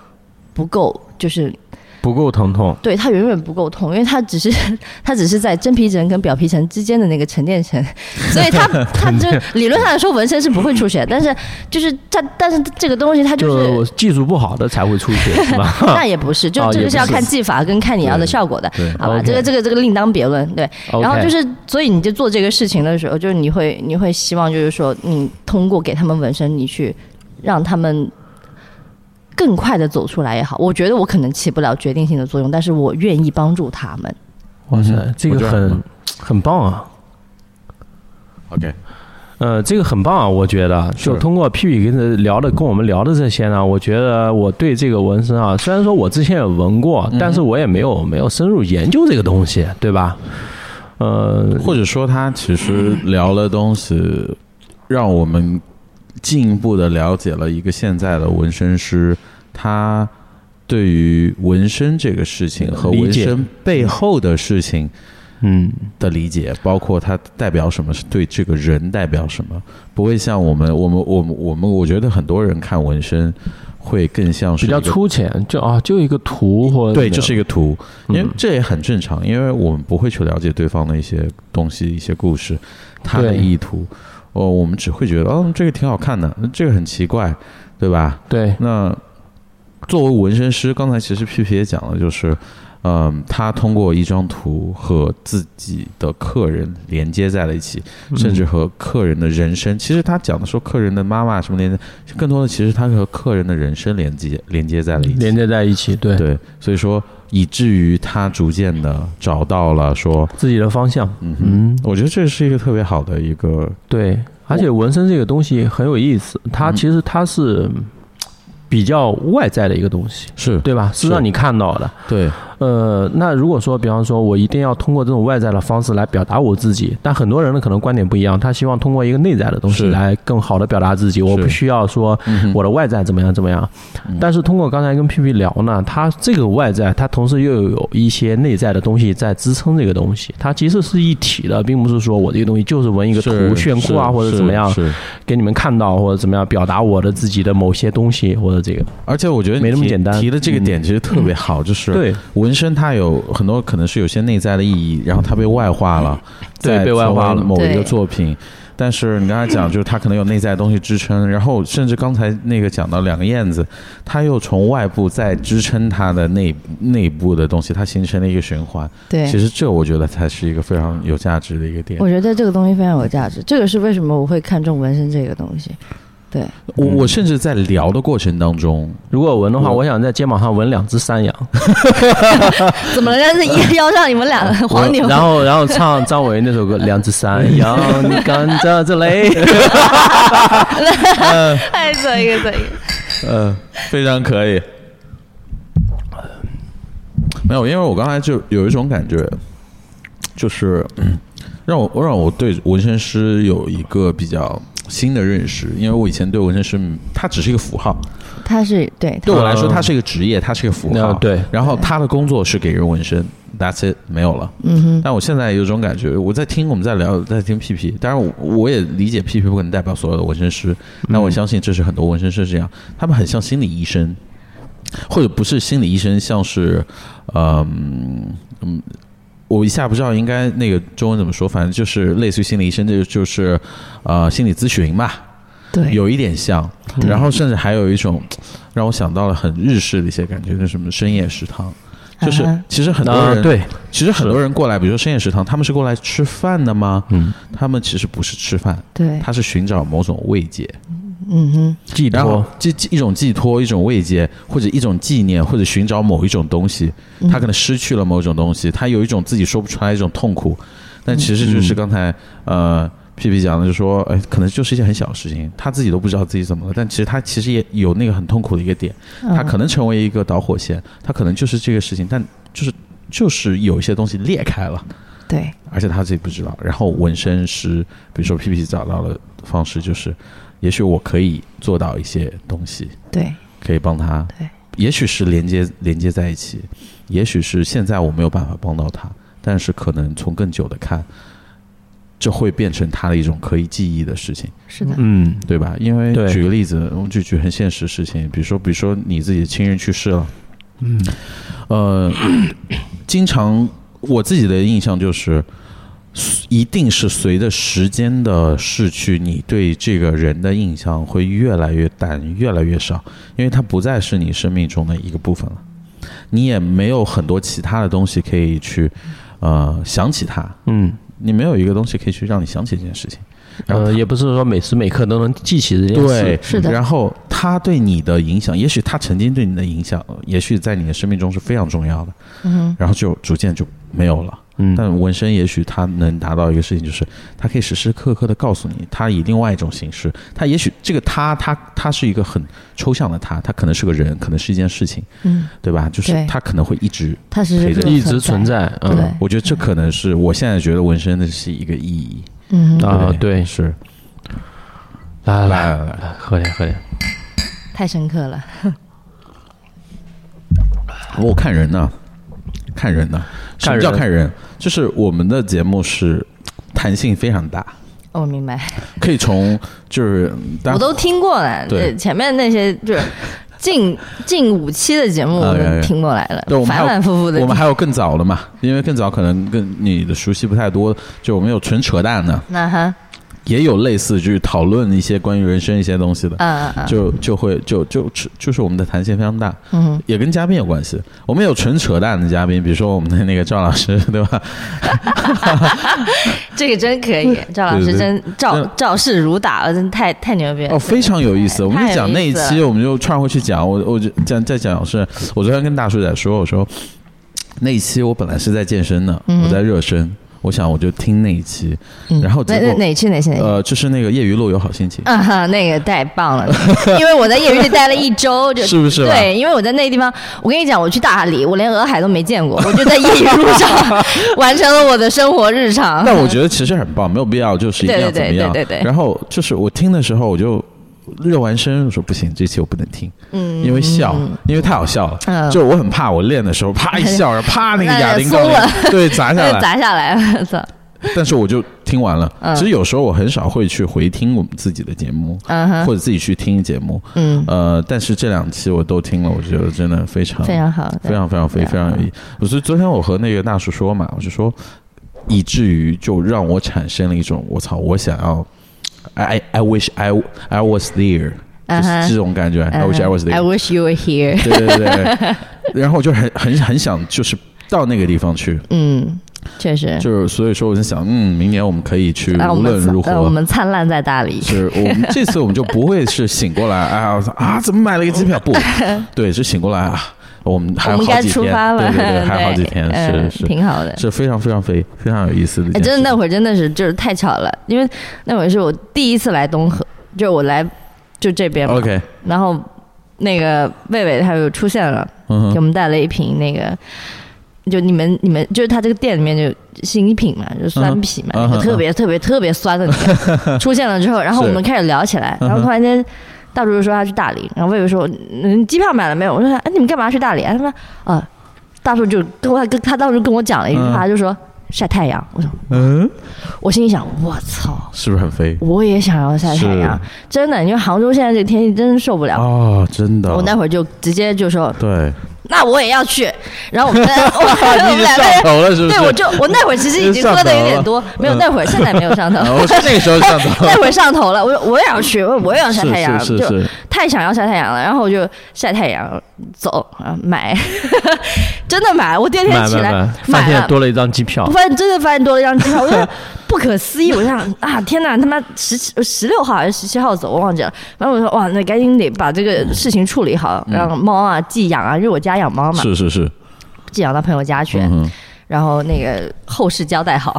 不够，就是不够疼痛，对它远远不够痛，因为它只是 它只是在真皮层跟表皮层之间的那个沉淀层，所以它它就理论上来说纹身是不会出血，但是就是它但是这个东西它就是就技术不好的才会出血， 是吧？那也不是，就哦这也个不是要是看技法跟看你要的对效果的对，好吧？ OK 这个这个这个另当别论，对。 OK 然后就是，所以你就做这个事情的时候，就是你会你会希望就是说，你通过给他们纹身，你去让他们更快的走出来也好。我觉得我可能起不了决定性的作用，但是我愿意帮助他们。哇塞，嗯这我觉个得很很棒啊！ OK，呃，这个很棒啊，我觉得，是就通过 P P 跟他聊的，跟我们聊的这些呢，我觉得我对这个纹身啊，虽嗯然说我之前也纹过，但是我也没有没有深入研究这个东西，对吧？呃，或者说他其实聊了东西，让我们进一步的了解了一个现在的纹身师，他对于纹身这个事情和理纹解身背后的事情嗯，的理解，包括它代表什么，是对这个人代表什么，不会像我们我们我们我们，我觉得很多人看纹身会更像是比较一个粗浅，就啊，就一个图或者对，怎么这是一样个图，因为嗯这也很正常，因为我们不会去了解对方的一些东西、一些故事、他的对意图，哦，我们只会觉得，哦，这个挺好看的，这个很奇怪，对吧？对，那作为纹身师，刚才其实皮皮也讲了，就是，嗯，他通过一张图和自己的客人连接在了一起，嗯甚至和客人的人生，其实他讲的说客人的妈妈什么连接，更多的其实他和客人的人生连接连接在了一起，嗯连接在一起，对对，所以说以至于他逐渐的找到了说，自己的方向，嗯哼，嗯，我觉得这是一个特别好的一个，对，而且纹身这个东西很有意思，它嗯其实它是嗯比较外在的一个东西，是对吧？是是让你看到的。对呃，那如果说，比方说我一定要通过这种外在的方式来表达我自己，但很多人呢可能观点不一样，他希望通过一个内在的东西是来更好的表达自己，我是嗯不需要说我的外在怎么样怎么样。但是通过刚才跟屁屁聊呢，他这个外在，他同时又有一些内在的东西在支撑这个东西，它其实是一体的，并不是说我这个东西就是纹一个是图炫酷啊是或者怎么样是是给你们看到或者怎么样表达我的自己的某些东西或者这个。而且我觉得没那么你提简单提的这个嗯点其实特别好，就是对纹身它有很多可能是有些内在的意义，然后它被外化了，对在被外化成为了某一个对作品。但是你刚才讲，就是它可能有内在的东西支撑，然后甚至刚才那个讲到两个燕子，它又从外部再支撑它的内内部的东西，它形成了一个循环。对，其实这我觉得才是一个非常有价值的一个点我。觉得这个东西非常有价值，这个是为什么我会看重纹身这个东 西。对，我我甚至在聊的过程当中，如果纹的话，我我想在肩膀上纹两只山羊，怎么了？但是腰腰上你们俩黄牛，然后然后唱张伟那首歌《两只山羊》，你跟着这 雷。哎，可以可以，嗯，非常可以。没有，因为我刚才就有一种感觉，就是嗯让我让我对纹身师有一个比较新的认识，因为我以前对纹身师，嗯它只是一个符号，他是对，他对我来说，它是一个职业，它是一个符号嗯，对然后他的工作是给人纹身，That's it，没有了。嗯哼，但我现在有种感觉，我在听我们在聊，在听屁屁。当然我，我也理解屁屁不可能代表所有的纹身师，嗯但我相信这是很多纹身师这样，他们很像心理医生，或者不是心理医生，像是，嗯嗯，我一下不知道应该那个中文怎么说，反正就是类似于心理医生，这个就是呃心理咨询吧，对，嗯有一点像，然后甚至还有一种让我想到了很日式的一些感觉，就是什么深夜食堂。就是啊其实很多啊人，，对，其实很多人过来，比如说深夜食堂，他们是过来吃饭的吗？嗯，他们其实不是吃饭，对，他是寻找某种慰藉，嗯哼，寄然后托，这一种寄托、一种慰藉，或者一种纪念，或者寻找某一种东西。他可能失去了某种东西，他有一种自己说不出来的一种痛苦，但其实就是刚才呃。屁屁讲的就说，哎，可能就是一件很小的事情，他自己都不知道自己怎么了，但其实他其实也有那个很痛苦的一个点，嗯他可能成为一个导火线，他可能就是这个事情，但就是就是有一些东西裂开了，对，而且他自己不知道。然后纹身师，比如说 P P 找到了方式，就是也许我可以做到一些东西，对，可以帮他对，也许是连接连接在一起，也许是现在我没有办法帮到他，但是可能从更久的看，这会变成他的一种可以记忆的事情。是的，嗯，对吧？因为对举个例子，我们就举很现实的事情，比如说，比如说你自己的亲人去世了，嗯，呃， 经常我自己的印象就是，一定是随着时间的逝去，你对这个人的印象会越来越淡，越来越少，因为他不再是你生命中的一个部分了，你也没有很多其他的东西可以去，呃，想起他，嗯，你没有一个东西可以去让你想起这件事情。然后呃，也不是说每时每刻都能记起这件事，对，是的然后他对你的影响，也许他曾经对你的影响，也许在你的生命中是非常重要的，嗯哼，然后就逐渐就没有了。嗯但纹身也许它能达到一个事情，就是它可以时时刻刻的告诉你，它以另外一种形式，它也许这个它，它它是一个很抽象的它，它可能是个人，可能是一件事情，嗯，对吧？就是对它可能会一直，它是陪着一直存，在，嗯对我觉得这可能是我现在觉得纹身的是一个意义。嗯，啊，对，是，来来来，来来来，喝点 喝点，太深刻了。我看人呢，看人呢，什看么人叫看人？就是我们的节目是弹性非常大，我明白，可以从就是大家我都听过了，对呃前面那些就是近 近五期的节目啊我对对都听过来对，了，我们还反有反复复的我听们。还有更早的嘛，因为更早可能跟你的熟悉不太多，就我们有纯扯淡的，那哈，也有类似就是讨论一些关于人生一些东西的，嗯嗯嗯，就就会就就就是我们的弹性非常大，嗯，也跟嘉宾有关系。我们有纯扯淡的嘉宾，比如说我们的那个赵老师，对吧？这个真可以，赵老对师对真赵那赵氏如打了，真太太牛逼了哦，。非常有意思。我们就讲那一太有意期，思我们就串回去讲。我我就讲再讲是，我昨天跟大叔仔说，我说那一期我本来是在健身的，嗯我在热身，我想我就听那一期，嗯然后结哪哪果哪期哪期哪期？呃，就是那个业余路有好心情，啊哈，那个太棒了， 因为我在业余里待了一周， 就是不是吧啊对，因为我在那个地方，我跟你讲，我去大理，我连洱海都没 见过，我就在业余路上 完成了我的生活日常。但我觉得其实很棒，没有必要就是一定要对怎么对对样。对对对然后就是我听的时候，我就热完身，我说不行，这期我不能听，嗯因为笑，因为太好笑了。嗯就我很怕我练的时候，啪一笑，然后啪那个那哑铃松杠铃了对砸下来，砸下来了，操，但是我就听完了。嗯其实有时候我很少会去回听我们自己的节目，嗯哼，或者自己去听节目。嗯，呃，但是这两期我都听了，我觉得真的非常非常好，对嗯啊非常非常非非常有意义。我是昨天我和那个大叔说嘛，我就说，以至于就让我产生了一种我操，我想要，I I wish I I was there，嗯就是哼这种感觉。I wish I was I there， wish you were here，对对对 对。然后我就很很很想就是到那个地方去，嗯，确实，就是所以说我就想，嗯，明年我们可以去，让呃我无论们如让我何。们灿烂在大理， 是我们这次我们就不会是醒过来，哎呀，我操啊，怎么买了一个机票？ 不，对，是醒过来啊，我们还我有们好该几出天，发了，对 对对，还有好几天，嗯是是挺好的，是非常非常非非常有意思的一哎，件事。真的那会儿真的是就是太巧了，因为那会儿是我第一次来东河，就是我来就这边嘛 OK，然后那个魏魏他又出现了，嗯给我哼，们带了一瓶那个。就你们你们就是他这个店里面就新品嘛，就是酸啤嘛，嗯那个特别特别特别酸的那 个出现了之后，然后我们开始聊起来，嗯哼然后突然间大叔就说他去大理，然后魏魏说嗯机票买了没有？我说哎你们干嘛去大理？啊他说啊大叔就跟我跟他当时跟我讲了一句话，就说晒太阳。我说嗯，我心里想，我操，是不是很飞？我也想要晒太阳，真的，你说杭州现在这个天气真受不了。哦，真的，我那会儿就直接就说，对，那我也要去。然 后我们我 我你已经们两个上人，头了，是不是？对我就我那会儿其实已经喝的有点多，没有那会儿现在没有上头啊，，嗯 我是那个时候上 头，那会儿上头了。我说我也要去，我我也要晒太阳，是是就是是，太想要晒太阳了。然后我就晒太阳，走啊买， 真的买。我第二天买起买来买，买发了现多了一张机票我，发现真的发现多了一张机票，我 就觉得不可思议。我就想啊，天哪，他妈十十六号还是十七号走，我忘记了。反正我说哇，那赶紧得把这个事情处理好，嗯让猫啊寄养啊，因为我家养猫嘛，是是是，寄养到朋友家去。嗯哼，然后那个后事交代好，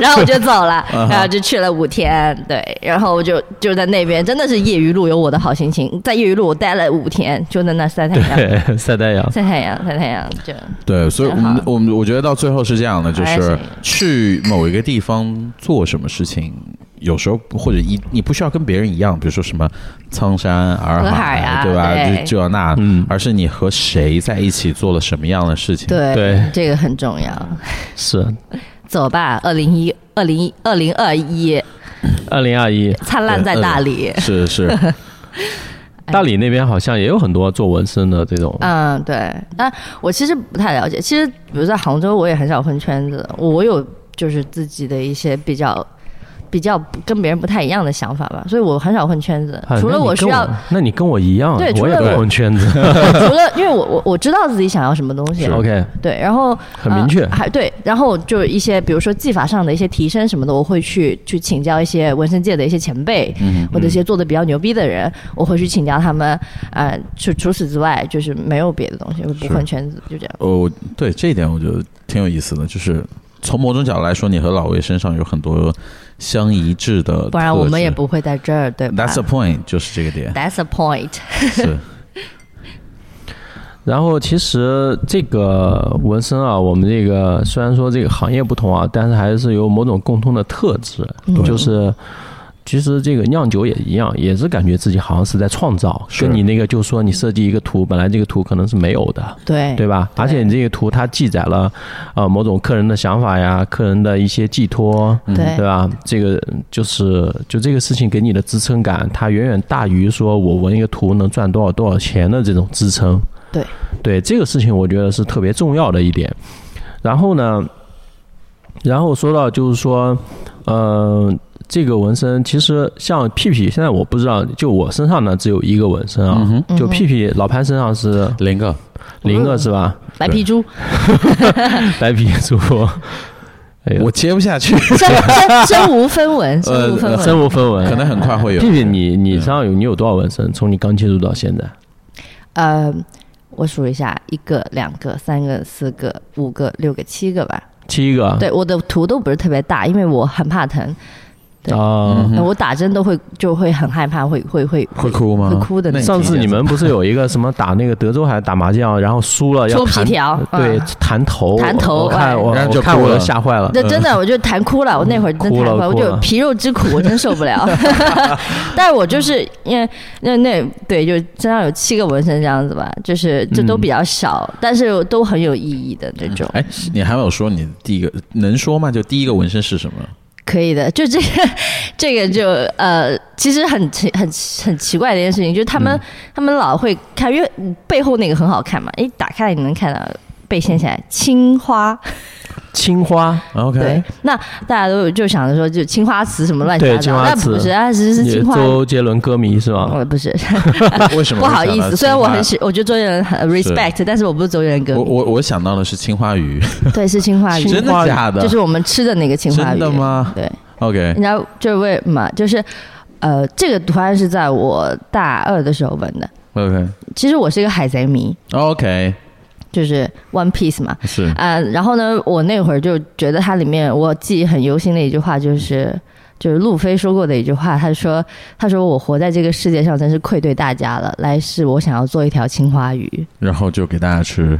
然后我就走了，然后就去了五天，对，然后我就就在那边，真的是业余路有我的好心情，在业余路我待了五天，就在那晒太 阳，对，晒太阳，晒太阳，晒太阳，就对，所以我很们好我们我觉得到最后是这样的，就还是行去某一个地方做什么事情。有时候或者一你不需要跟别人一样，比如说什么苍山、洱洱海啊对吧？对就这那，嗯而是你和谁在一起做了什么样的事情。对，对这个很重要。是走吧，二零一、二零一、二零二一，二零二一。灿烂在大理。是 是，大理那边好像也有很多做纹身的这种，嗯，对。啊，我其实不太了解。其实，比如在杭州，我也很少混圈子。我有就是自己的一些比较比较不跟别人不太一样的想法吧，所以我很少混圈子啊，除那了你我跟需 要，那你跟我一样，对除我也了不我混圈 子。除了因为我我我知道自己想要什么东西， OK，对，然后很明确呃还对，然后就一些比如说技法上的一些提升什么的，我会去去请教一些纹身界的一些前辈，嗯或者一些做的比较牛逼的人，我会去请教他们。呃，除除此之外，就是没有别的东西，我不混圈子，就这样。哦，对这一点我觉得挺有意思的，就是从某种角度来说，你和老魏身上有很多相一致的特质，不然我们也不会在这儿，对吧 That's the point，就是这个 点 That's a point。是然后其实这个纹身啊，我们这个虽然说这个行业不同啊，但是还是有某种共通的特质，就是。其实这个酿酒也一样，也是感觉自己好像是在创造，是跟你那个就说你设计一个图，本来这个图可能是没有的，对对吧？哎对而且你这个图它记载了，呃，某种客人的想法呀，客人的一些寄托，对对吧？这个就是就这个事情给你的支撑感，它远远大于说我纹一个图能赚多少多少钱的这种支撑。对对，这个事情我觉得是特别重要的一点。然后呢，然后说到就是说，呃，这个纹身其实像屁屁，现在我不知道，就我身上呢只有一个纹身啊，嗯就屁屁老潘身上是零个零个是吧？白皮猪，白皮主播，哎呦我接不下 去，身身身无分文，呃身无分文。身无分文，可能很快会有屁。屁，你嗯你身上有你有多少纹身？从你刚接触到现在，呃，我数一下，一个、两个、三个、四个、五个、六个、七个吧。七个，啊对，我的图都不是特别大，因为我很怕疼，对嗯啊。我打针都会就会很害怕，会会会会哭吗？会哭的那那上次你听见们不是有一个什么打那个德州还是打麻将，然后输了要戳弹皮条对嗯，弹头，弹头我看哎我然后就我看哭我了都吓坏了。那真的，我就弹哭了。我那会儿真啊嗯哭弹了哭了，我哭就有了皮肉之苦，我真受 不了。 但是我就是因为那那对，就身上有七个纹身这样子吧，就是这嗯都比较少，但是都很有意义的那种。哎，你还没有说你第一个能说吗？就第一个纹身是什么？可以的，就这个，这个就呃，其实很奇很很奇怪的一件事情，就是他们、嗯他们老会看，因为背后那个很好看嘛，一打开来你能看到被掀起来青花，青花， OK，对，那大家都就想着说就青花瓷什么乱七对八青糟，花但瓷不是，它其实是你青花。嗯周杰伦歌迷是哦吧？我呃不是， 为什么不会好意想到思，虽然我青花很喜，我觉得周杰伦很 respect，但是我不是周杰伦歌我迷。我我想到的是青花鱼， 对，是青花鱼，真的假的？就是我们吃的那个青花鱼。真的吗哎对， OK，你知道这为嘛？就是，呃，这个图案是在我大二的时候纹的。 OK 其实我是一个海贼迷， OK，就是 One Piece 嘛。是啊、然后呢，我那会儿就觉得它里面我记忆很犹新的一句话就是。就是路飞说过的一句话，他说：“他说我活在这个世界上真是愧对大家了。来世我想要做一条青花鱼，然后就给大家吃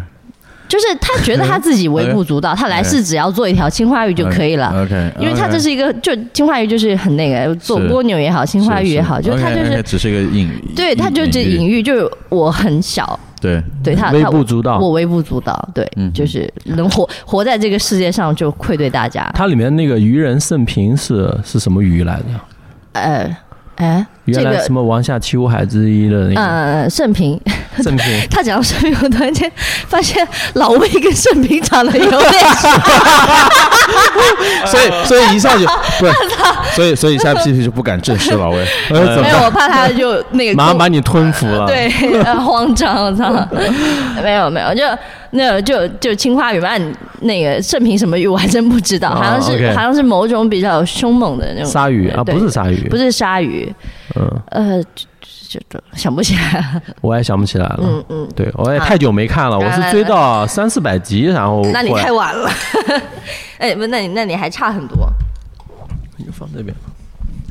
就是他觉得他自己微不足道，他来世只要做一条青花鱼就可以了。 OK，因为它这是一个，就青花鱼哎就是哎很那个，做蜗牛也好，青花鱼也好，就是它就是只是一个隐喻，对，它就这隐喻，喻，就是我很小， 对，对他微他不足道。我微不足道，对，嗯就是能活活在这个世界上就愧对大家。它里面那个渔人盛平是是什么鱼来着？呃，哎，这原来个什么王下七武海之一的那个呃，盛平，，正品 他讲到盛平，我突然间发现老魏跟盛平长得有点 像，所以所以一 下就不是，所以所以一下屁屁就不敢正视老魏，呃怎没么有，我怕他就那个马上把你吞服了？， 对，呃慌张，我操！没有没有，就那就就青花鱼嘛，你那个盛平什么鱼我还真不知道，哦好像是 OK 好像是某种比较凶猛的那种鲨鱼啊，对不是鲨鱼，不是鲨鱼，嗯，呃，就就就想不起来， 我也想不起来了。嗯嗯，啊对，我也太久没看了，我是追到三四百集，然后那你过来太晚了， 哎，不，那你那你还差很多。你放这边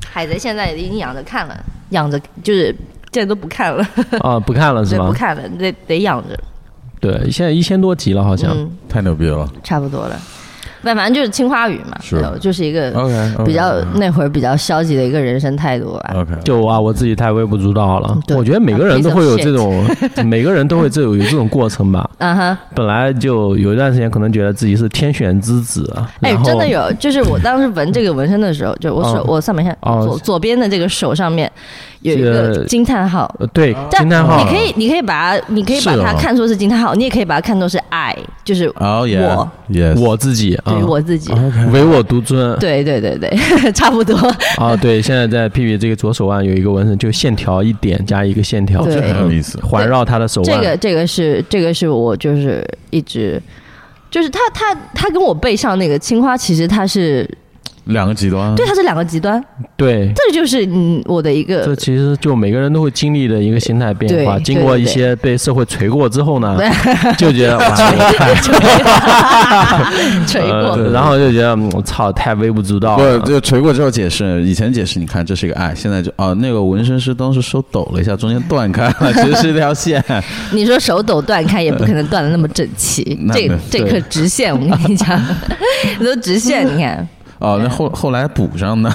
海贼现在已经养着看了，养着就是现在都不看了，啊，不看了是 对，吧不？看了，得得养着，对，现在一千多集了，好像。嗯，太牛逼了差不多了。反正就是青花鱼嘛，是对就是一嗯个，OK，比较那会儿比较消极的一个人生态度吧。 OK，就啊，我自己太微不足道了。嗯对我觉得每个人都会有这种， 每个人都会这种有这种过程吧。嗯哼，本来就有一段时间可能觉得自己是天选之子，啊哎然，后真的有，就是我当时纹这个纹身的时候，就我手、哦我上面看哦左左边的这个手上面有一个呃惊叹号。呃对，但惊叹号，你可以，你可以把它，你可以把是哦它看作是惊叹号，你也可以把它看作是爱，就是哦耶我，耶，我自己啊对，我自己，唯我独尊。 对对对对，差不多。啊，对，现在在 P P 这个左手腕有一个纹身，就线条一点加一个线条，对很有意思。环绕他的手这腕。个这个是这个是我就是一直，就是他他他跟我背上那个青花，其实他是两个极端，啊对，他是两个极端，对，这就是嗯我的一这个其实就每个人都会经历的一个心态变化。对经过对对一对些被社会锤过之后呢对， 就 觉得哇，我太锤 呃过。对然后就觉得嗯我操，太微不足道不了。就锤过之后解释，以前解释你看这是一个爱，现在就哦那个纹身师当时手抖了一下，中间断开了，其实是一条 线。，你说手抖断开也不可能断的那么整齐那这那这对可直线，我跟你 讲，你都直线，你看。 哦，那后后来补上的，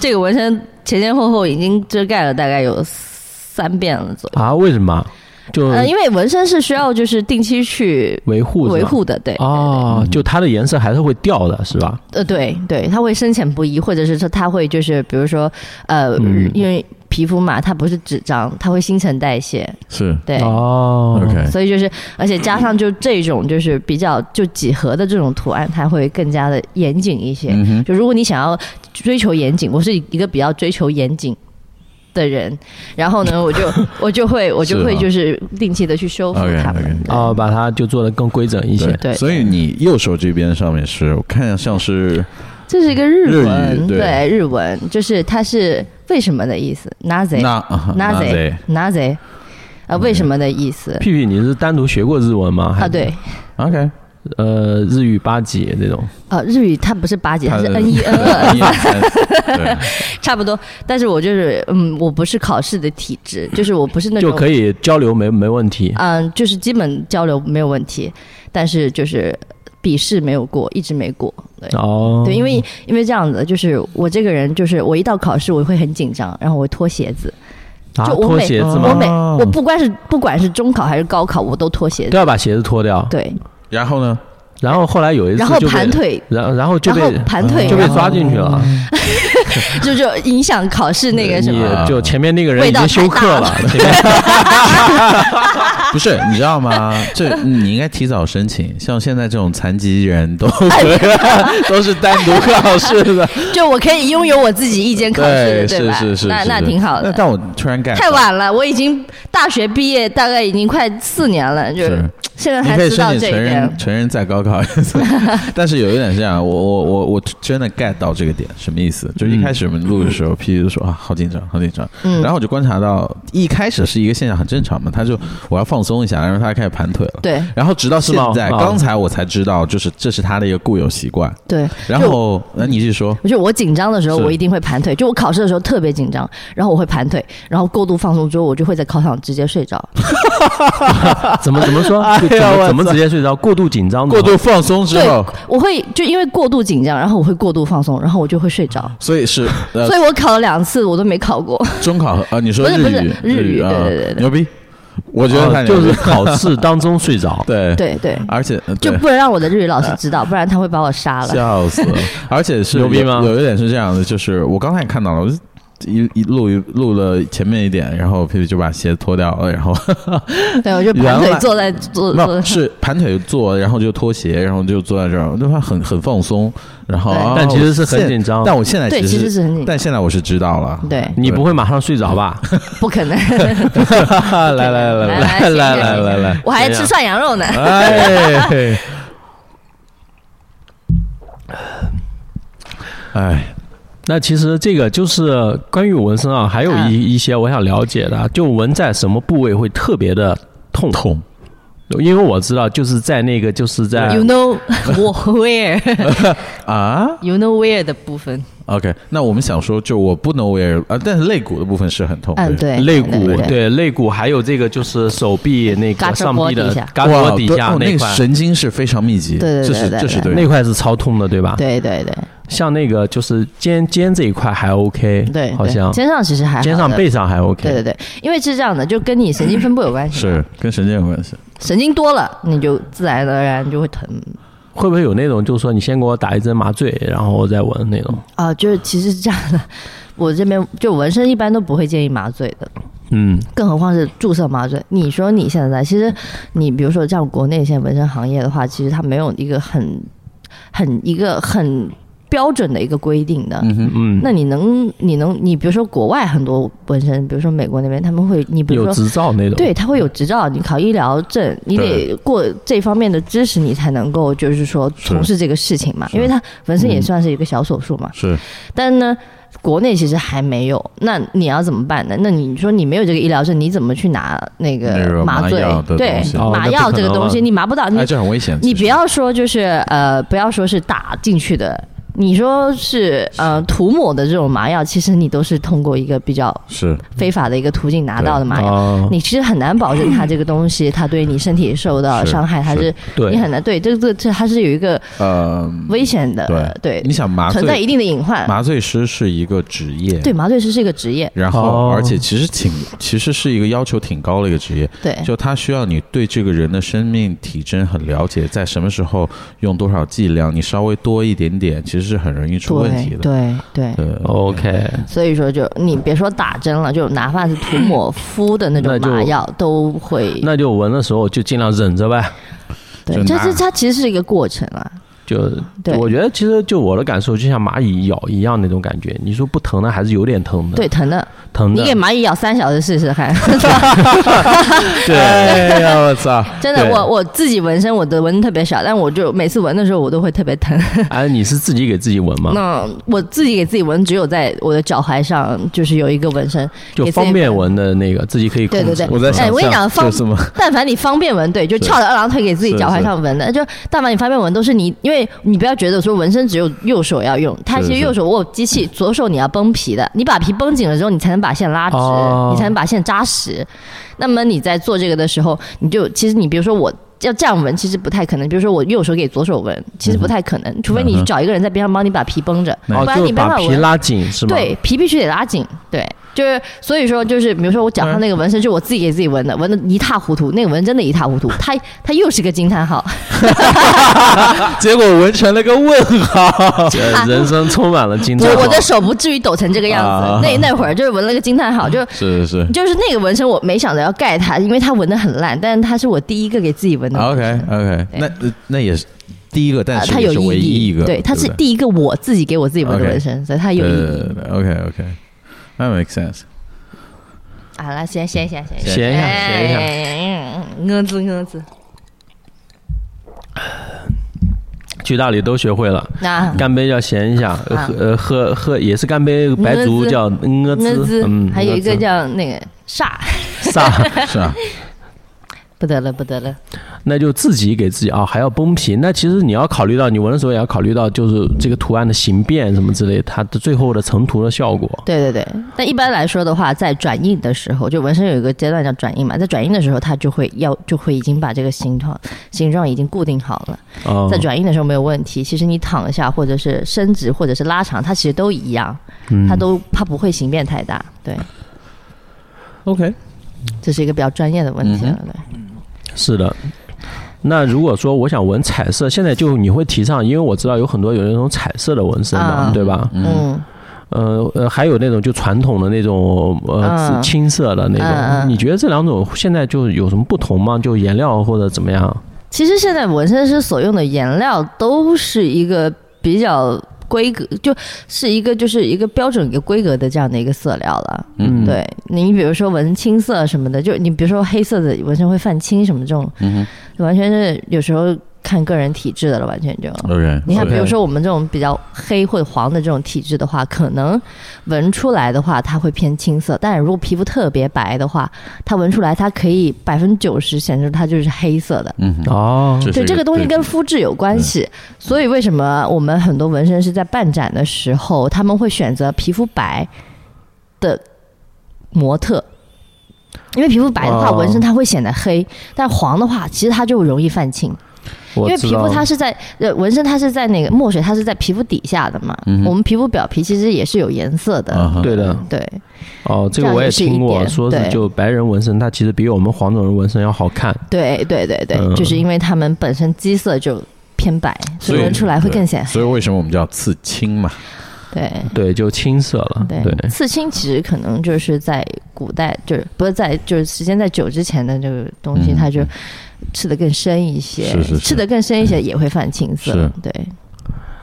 这个纹身前前后后已经遮盖了大概有三遍了左右。啊，为什么？就呃，因为纹身是需要就是定期去维嗯护是吧维护的，对，哦，就它的颜色还是会掉的，是吧？呃，对对，它会深浅不一，或者是说它会就是比如说呃，嗯因为皮肤嘛，它不是纸张，它会新陈代谢， 是对。哦 OK，所以就是，而且加上就这种就是比较就几何的这种图案，它会更加的严谨一些。嗯哼就如果你想要追求严谨，我是一个比较追求严谨的人，然后呢，我就我就会我是就啊会就是定期的去修复 OK，它们。 OK 哦，把它就做的更规整一些。对所以你右手这边上面是我看像是这是一个日日文，语对对日文，就是它是为什么的意思？naze 那啊 naze naze，呃，为什么的意思？嗯屁屁，你是单独学过日文吗？还啊，是，对， OK，呃，日语八级这种。呃，日语它不是八级，它它是的 N 一 N 二。一二三对差不多，但是我就是，嗯，我不是考试的体 质，就是我不是那种，就可以交流没没问题。嗯，就是基本交流没有问题，但是就是笔试没有过，一直没过，对。哦，对，因为因为这样子，就是我这个人，就是我一到考试我会很紧张，然后我会脱鞋子，啊就我脱每鞋子我吗？哦每我不管是不管是中考还是高考，我都脱鞋都子，要把鞋子脱掉。，对，然后 呢？然后后来有一次然后啊就被盘，腿，然然后就然后被盘腿，就被然后嗯抓进去了。就就影响考试那个什么，你就前面那个人已味道经休克了，前面不是，你知道吗？这你应该提早申请。像现在这种残疾人 都都是单独考试的，就我可以拥有我自己一间考试，对是吧？是是，那是那挺好那的。但我突然 get 太晚了，我已经大学毕业，大概已经快四年了，就是是现在你还可以知道申这请一成点人。 成人再高考一次， 但是有一点是这样，我我我我真的 get 到这个点什么意思？就是一开始我们录的时候，P 就说啊，好紧张，好紧张。嗯然后我就观察到，一开始是一个现象，很正常嘛，他就我要放松一下，然后他开始盘腿了。对然后直到现是吗在，啊刚才我才知道，就是这是他的一个固有习惯。对，然后，那你是说，我就我紧张的时候，是我一定会盘腿。就我考试的时候特别紧张，然后我会盘腿，然后过度放松之后，我就会在考场直接睡着。怎么怎么说？就怎哎呀我么怎么直接睡着？过度紧张的话，过度放松之对后，，我会就因为过度紧张，然后我会过度放松，然后我就会睡着。所以是呃所以我考了两次，我都没 考过。中考和啊，你说不是不是语日日语啊对对对，对牛逼，我觉得他哦就牛逼。是考试当中睡着 对呃对对，而且呃就对不能让我的日语老师知道，不然他会把我杀了。笑 死了，而且是牛逼吗有有一点是这样的，就是我刚才也看到了，我就一一录一录了前面一点，然后皮皮就把鞋脱掉了，然后 对，我就盘原腿来坐在坐没坐有在。是盘腿坐，然后就脱鞋，然后就坐在这儿，就他很很放松，然后对啊但其实是我很现紧张但我现在对，其实实是很紧张但，现在我是知道了，对你不会马上睡着吧？不 可能。来来来来来来来来来来，我还吃涮羊 肉呢。哎，哎，那其实这个就是关于纹身啊，还有嗯一一些我想了解的啊，就纹在什么部位会特别的痛？痛，因为我知道就是在那个就是在 You know where? 啊 You know where 的部分， ，OK，那我们想说，就我不能 wear 啊，但是肋骨的部分是很痛，嗯，对，肋骨对，对肋骨，还有这个就是手臂那胳个肢上臂的窝底下胳肢窝哇底对下哦那个块。神经是非常密集，对对对这是对这是对对的那块是超痛的，对吧？，对对对像那个就是肩肩这一块还 OK，对对，好像肩上其实还好的肩上背。上还 OK，对对对，因为是这样的，就跟你神经分布有关系嘛，是跟神经有关系。神经多了，你就自然而然就会疼会不会有那种就是说你先给我打一针麻醉，然后我再纹那种？啊。就是其实是这样的， 我这边就纹身一般都不会建议麻醉的，嗯更何况是注射麻醉。你说你现在，其实你比如说像国内现在纹身行业的话，其实它没有一个很很一个很标准的一个规定的。嗯嗯，那你能，你能，你比如说国外很多纹身，比如说美国那边，他们会，你比如有说执照那种，对，他会有执照，你考医疗证，你得过这方面的知识，你才能够就是说从事这个事情嘛。因为他纹身也算是一个小手术嘛，是但呢，国内其实还没有。那你要怎么办呢？那你说你没有这个医疗证，你怎么去拿那那个个麻醉药的？对东西，哦那麻不药可这个能东西了你麻不到，你哎，这很危险。你其实不要说就是呃，不要说是打进去的，你说是呃涂抹的这种麻药，其实你都是通过一个比较是非法的一个途径拿到的哦麻药。啊，你其实很难保证它这个 东西，它对你身体受到是伤害，它是对你很难对这个这它是有一个呃，危险的，嗯对对，你想麻存在一醉定的隐患。麻醉师是一个职业，对，，麻醉师是一个职业，然后哦而且其实挺其实是一个要求挺高的一个职业，对就他需要你对这个人的生命体征很了解，在什么时候用多少剂量，你稍微多一点点，其实是很容易出问题对的。对对，对 OK，所以说就你别说打针了，就哪怕是涂抹敷的那种那就麻药都会，那就闻的时候就尽量忍着呗。对，就这拿嗯这它其实是一个过程啊，就对我觉得其实就我的感受，就像蚂蚁咬一样那种感觉。你说不疼呢，还是有点疼的，对，疼的，嗯疼你的给。蚂蚁咬三小时试 试看， 对，哎呀，我操！真的，对我我自己纹身，我的纹得特别少，但我就每次纹的时候我都会特别疼。哎，你是自己给自己闻吗？那我自己给自己纹，只有在我的脚踝上，就是有一个纹身，就给自己方便闻的那个，自己可以控对制。对对，想哎，我跟象你讲，方这是吗 但凡你方便纹，对，就是翘着二郎腿给自己是脚踝是上纹的，就但凡你方便纹，都是你，因为你不要觉得说纹身只有右手要用，它是其实是右手握有机器，左手你要绷皮的，你把皮绷紧了之后，你才能把线拉直，哦你才能把线扎实。那么你在做这个的时候，你就其实你比如说我。要这样纹其实不太可能，比如说我右手给左手纹，其实不太嗯可能，除非你去找一个人在边上帮你把皮绷着，哦，不然你就没办把法皮纹。啊拉紧是吗？对，皮必须得拉紧。对，就是所以说，就是比如说我脚上那个纹身，是我自己给自己纹的，纹的一塌糊涂，那个纹真的一塌糊涂。它它又是个惊叹号，结果纹成了个问 号，呃人生充满了惊叹我号。我的手不至于抖成这个样啊子。那那会儿就是纹了个惊叹号，就是 是是就是那个纹身，我没想着要盖它，因为它纹的很烂，但是它是我第一个给自己纹的纹身。啊，OK OK，对那呃那也是第一个，呃但是它也有是意唯一义，一个，对，它是不对第一个我自己给我自己纹的 OK 纹身，所以它有意义。 OK OK。That makes sense。好了，闲闲闲闲闲一下闲一下下，我子我子，去大理都学会了，那干杯要咸一下，啊嗯喝呃喝喝也是干杯，白族滋叫呃我滋，嗯，还有一个呃滋叫那个煞。 啥？是啊，不得了，不得了！那就自己给自己啊、还要绷皮。那其实你要考虑到，你纹的时候也要考虑到，就是这个图案的形变什么之类，它的最后的成图的效果。对对对，但一般来说的话，在转印的时候，就纹身有一个阶段叫转印嘛，在转印的时候，它就会要就会已经把这个形状形状已经固定好了，嗯在，转印的时候没有问题。其实你躺下，或者是伸直，或者是拉长，它其实都一样，它都它不会形变太大。对， OK，这是一个比较专业的问题了。是的。那如果说我想纹彩色，现在就你会提倡，因为我知道有很多有那种彩色的纹身嘛，啊对吧？对，嗯，呃呃，还有那种就传统的那种呃、嗯青色的那种，嗯嗯你觉得这两种现在就有什么不同吗？就颜料或者怎么样？其实现在纹身师所用的颜料都是一个比较规格，就是一个就是一个标准一个规格的这样的一个色料了。嗯，对你比如说纹青色什么的，就你比如说黑色的纹身会泛青什么这种，嗯完全是有时候看个人体质的了，完全就。哼，OK。你看， OK 比如说我们这种比较黑或者黄的这种体质的话，可能纹出来的话，它会偏青色；但是如果皮肤特别白的话，它纹出来它可以百分之九十显示它就是黑色的。嗯哼，哦，是嗯对，一这个东西对跟肤质有关系，所以为什么我们很多纹身师在办展的时候，他们会选择皮肤白的模特，因为皮肤白的啊话，哦纹身它会显得黑，但黄的话，其实它就容易泛青，因我为知皮道肤它了是在呃纹身它是在那个墨水它是在皮肤底下的嘛，嗯我们皮肤表皮其实也是有颜色的，嗯哼对的，对哦，这这个样我也也是一听过，点说是对就白人纹身，它其实比我们黄种人纹身要好看。对对对对，嗯就是因为他们本身肌色就偏白，所所以以纹出来会更显黑。所以为什么我们叫刺青嘛？ 对对，就青涩嗯了。对，刺青其实可能就是在古代，就是不是在就是时间在久之前的这个东西，嗯它就吃的更深一些，是是是吃的更深一嗯些也会犯青涩是。对，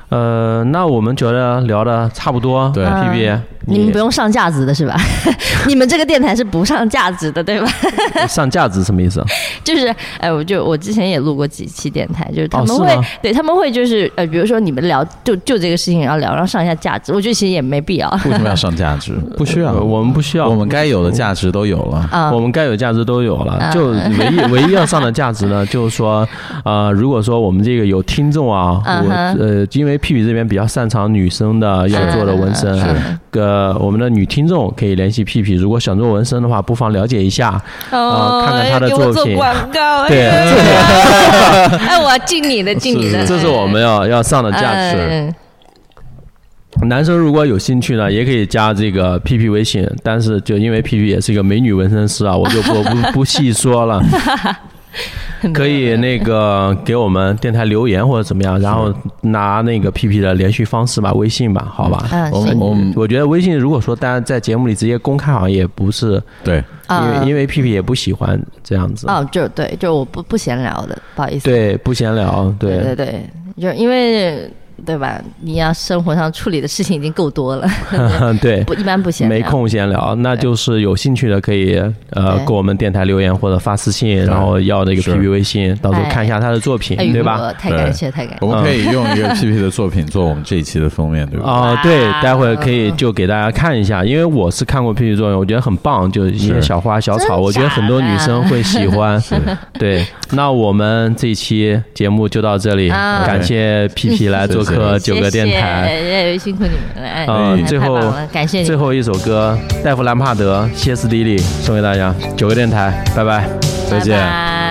呃，那我们觉得聊的差不多。对，P B，嗯你们不用上架子的是吧？ 你们这个电台是不上架子的对吧？ 上架子什么意思啊？就是哎，我就我之前也录过几期电台，就是他哦们是会、吗对他们会就是呃，比如说你们聊就就这个事情，然后聊，然后上一下价值，我觉得其实也没必要。为什么要上价 值？不需要，呃我们不需要，我们该有的价值都有了。啊我，们该有价值都有了，啊就唯一唯一要上的价值呢，就是说，呃，如果说我们这个有听众啊，嗯我哼呃，因为屁屁这边比较擅长女生的要做的纹身，呃，我们的女听众可以联系屁屁，如果想做纹身的话，不妨了解一下，哦呃看看他的给我作做品广告，对哎呦，哎，我要敬你的，敬你的，哎这是我们要要上的哦价值。嗯男生如果有兴趣呢，也可以加这个 P P 微信，但是就因为 P P 也是一个美女纹身 师啊，我就不不不细说了。可以那个给我们电台留言或者怎么样，然后拿那个 P P 的联系方式吧，微信吧，好吧。嗯，我们行我们我觉得微信如果说大家在节目里直接公开，好像也不是，对因啊为因为 P P 也不喜欢这样子。哦，就对，就是我不不闲聊的，不好意思，对，不闲聊，对对对，就因为对吧？你要生活上处理的事情已经够多了， 对，不一般不闲聊，没空闲聊，那就是有兴趣的可以呃对给我们电台留言或者发私信，然后要那个是 PV 微信，到时候哎看一下他的作品，哎呦。对吧？嗯太感谢，太感谢我。们可以用一个 PP 的作品做我们这一期的封面，对吧？哦，对，哇待会儿可以就给大家看一下，因为我是看过 P P 作用，我觉得很棒，就一些是小花小真草，我觉得很多假的女生会喜 欢。对，那我们这期节目就到这里，啊感谢 P P 来做客谢九个电台。谢谢辛苦你们了，哎，呃哎最太棒后了感谢你最们，后一首歌，戴夫·兰帕德、歇斯底里送给大家，九个电台，拜拜，拜拜。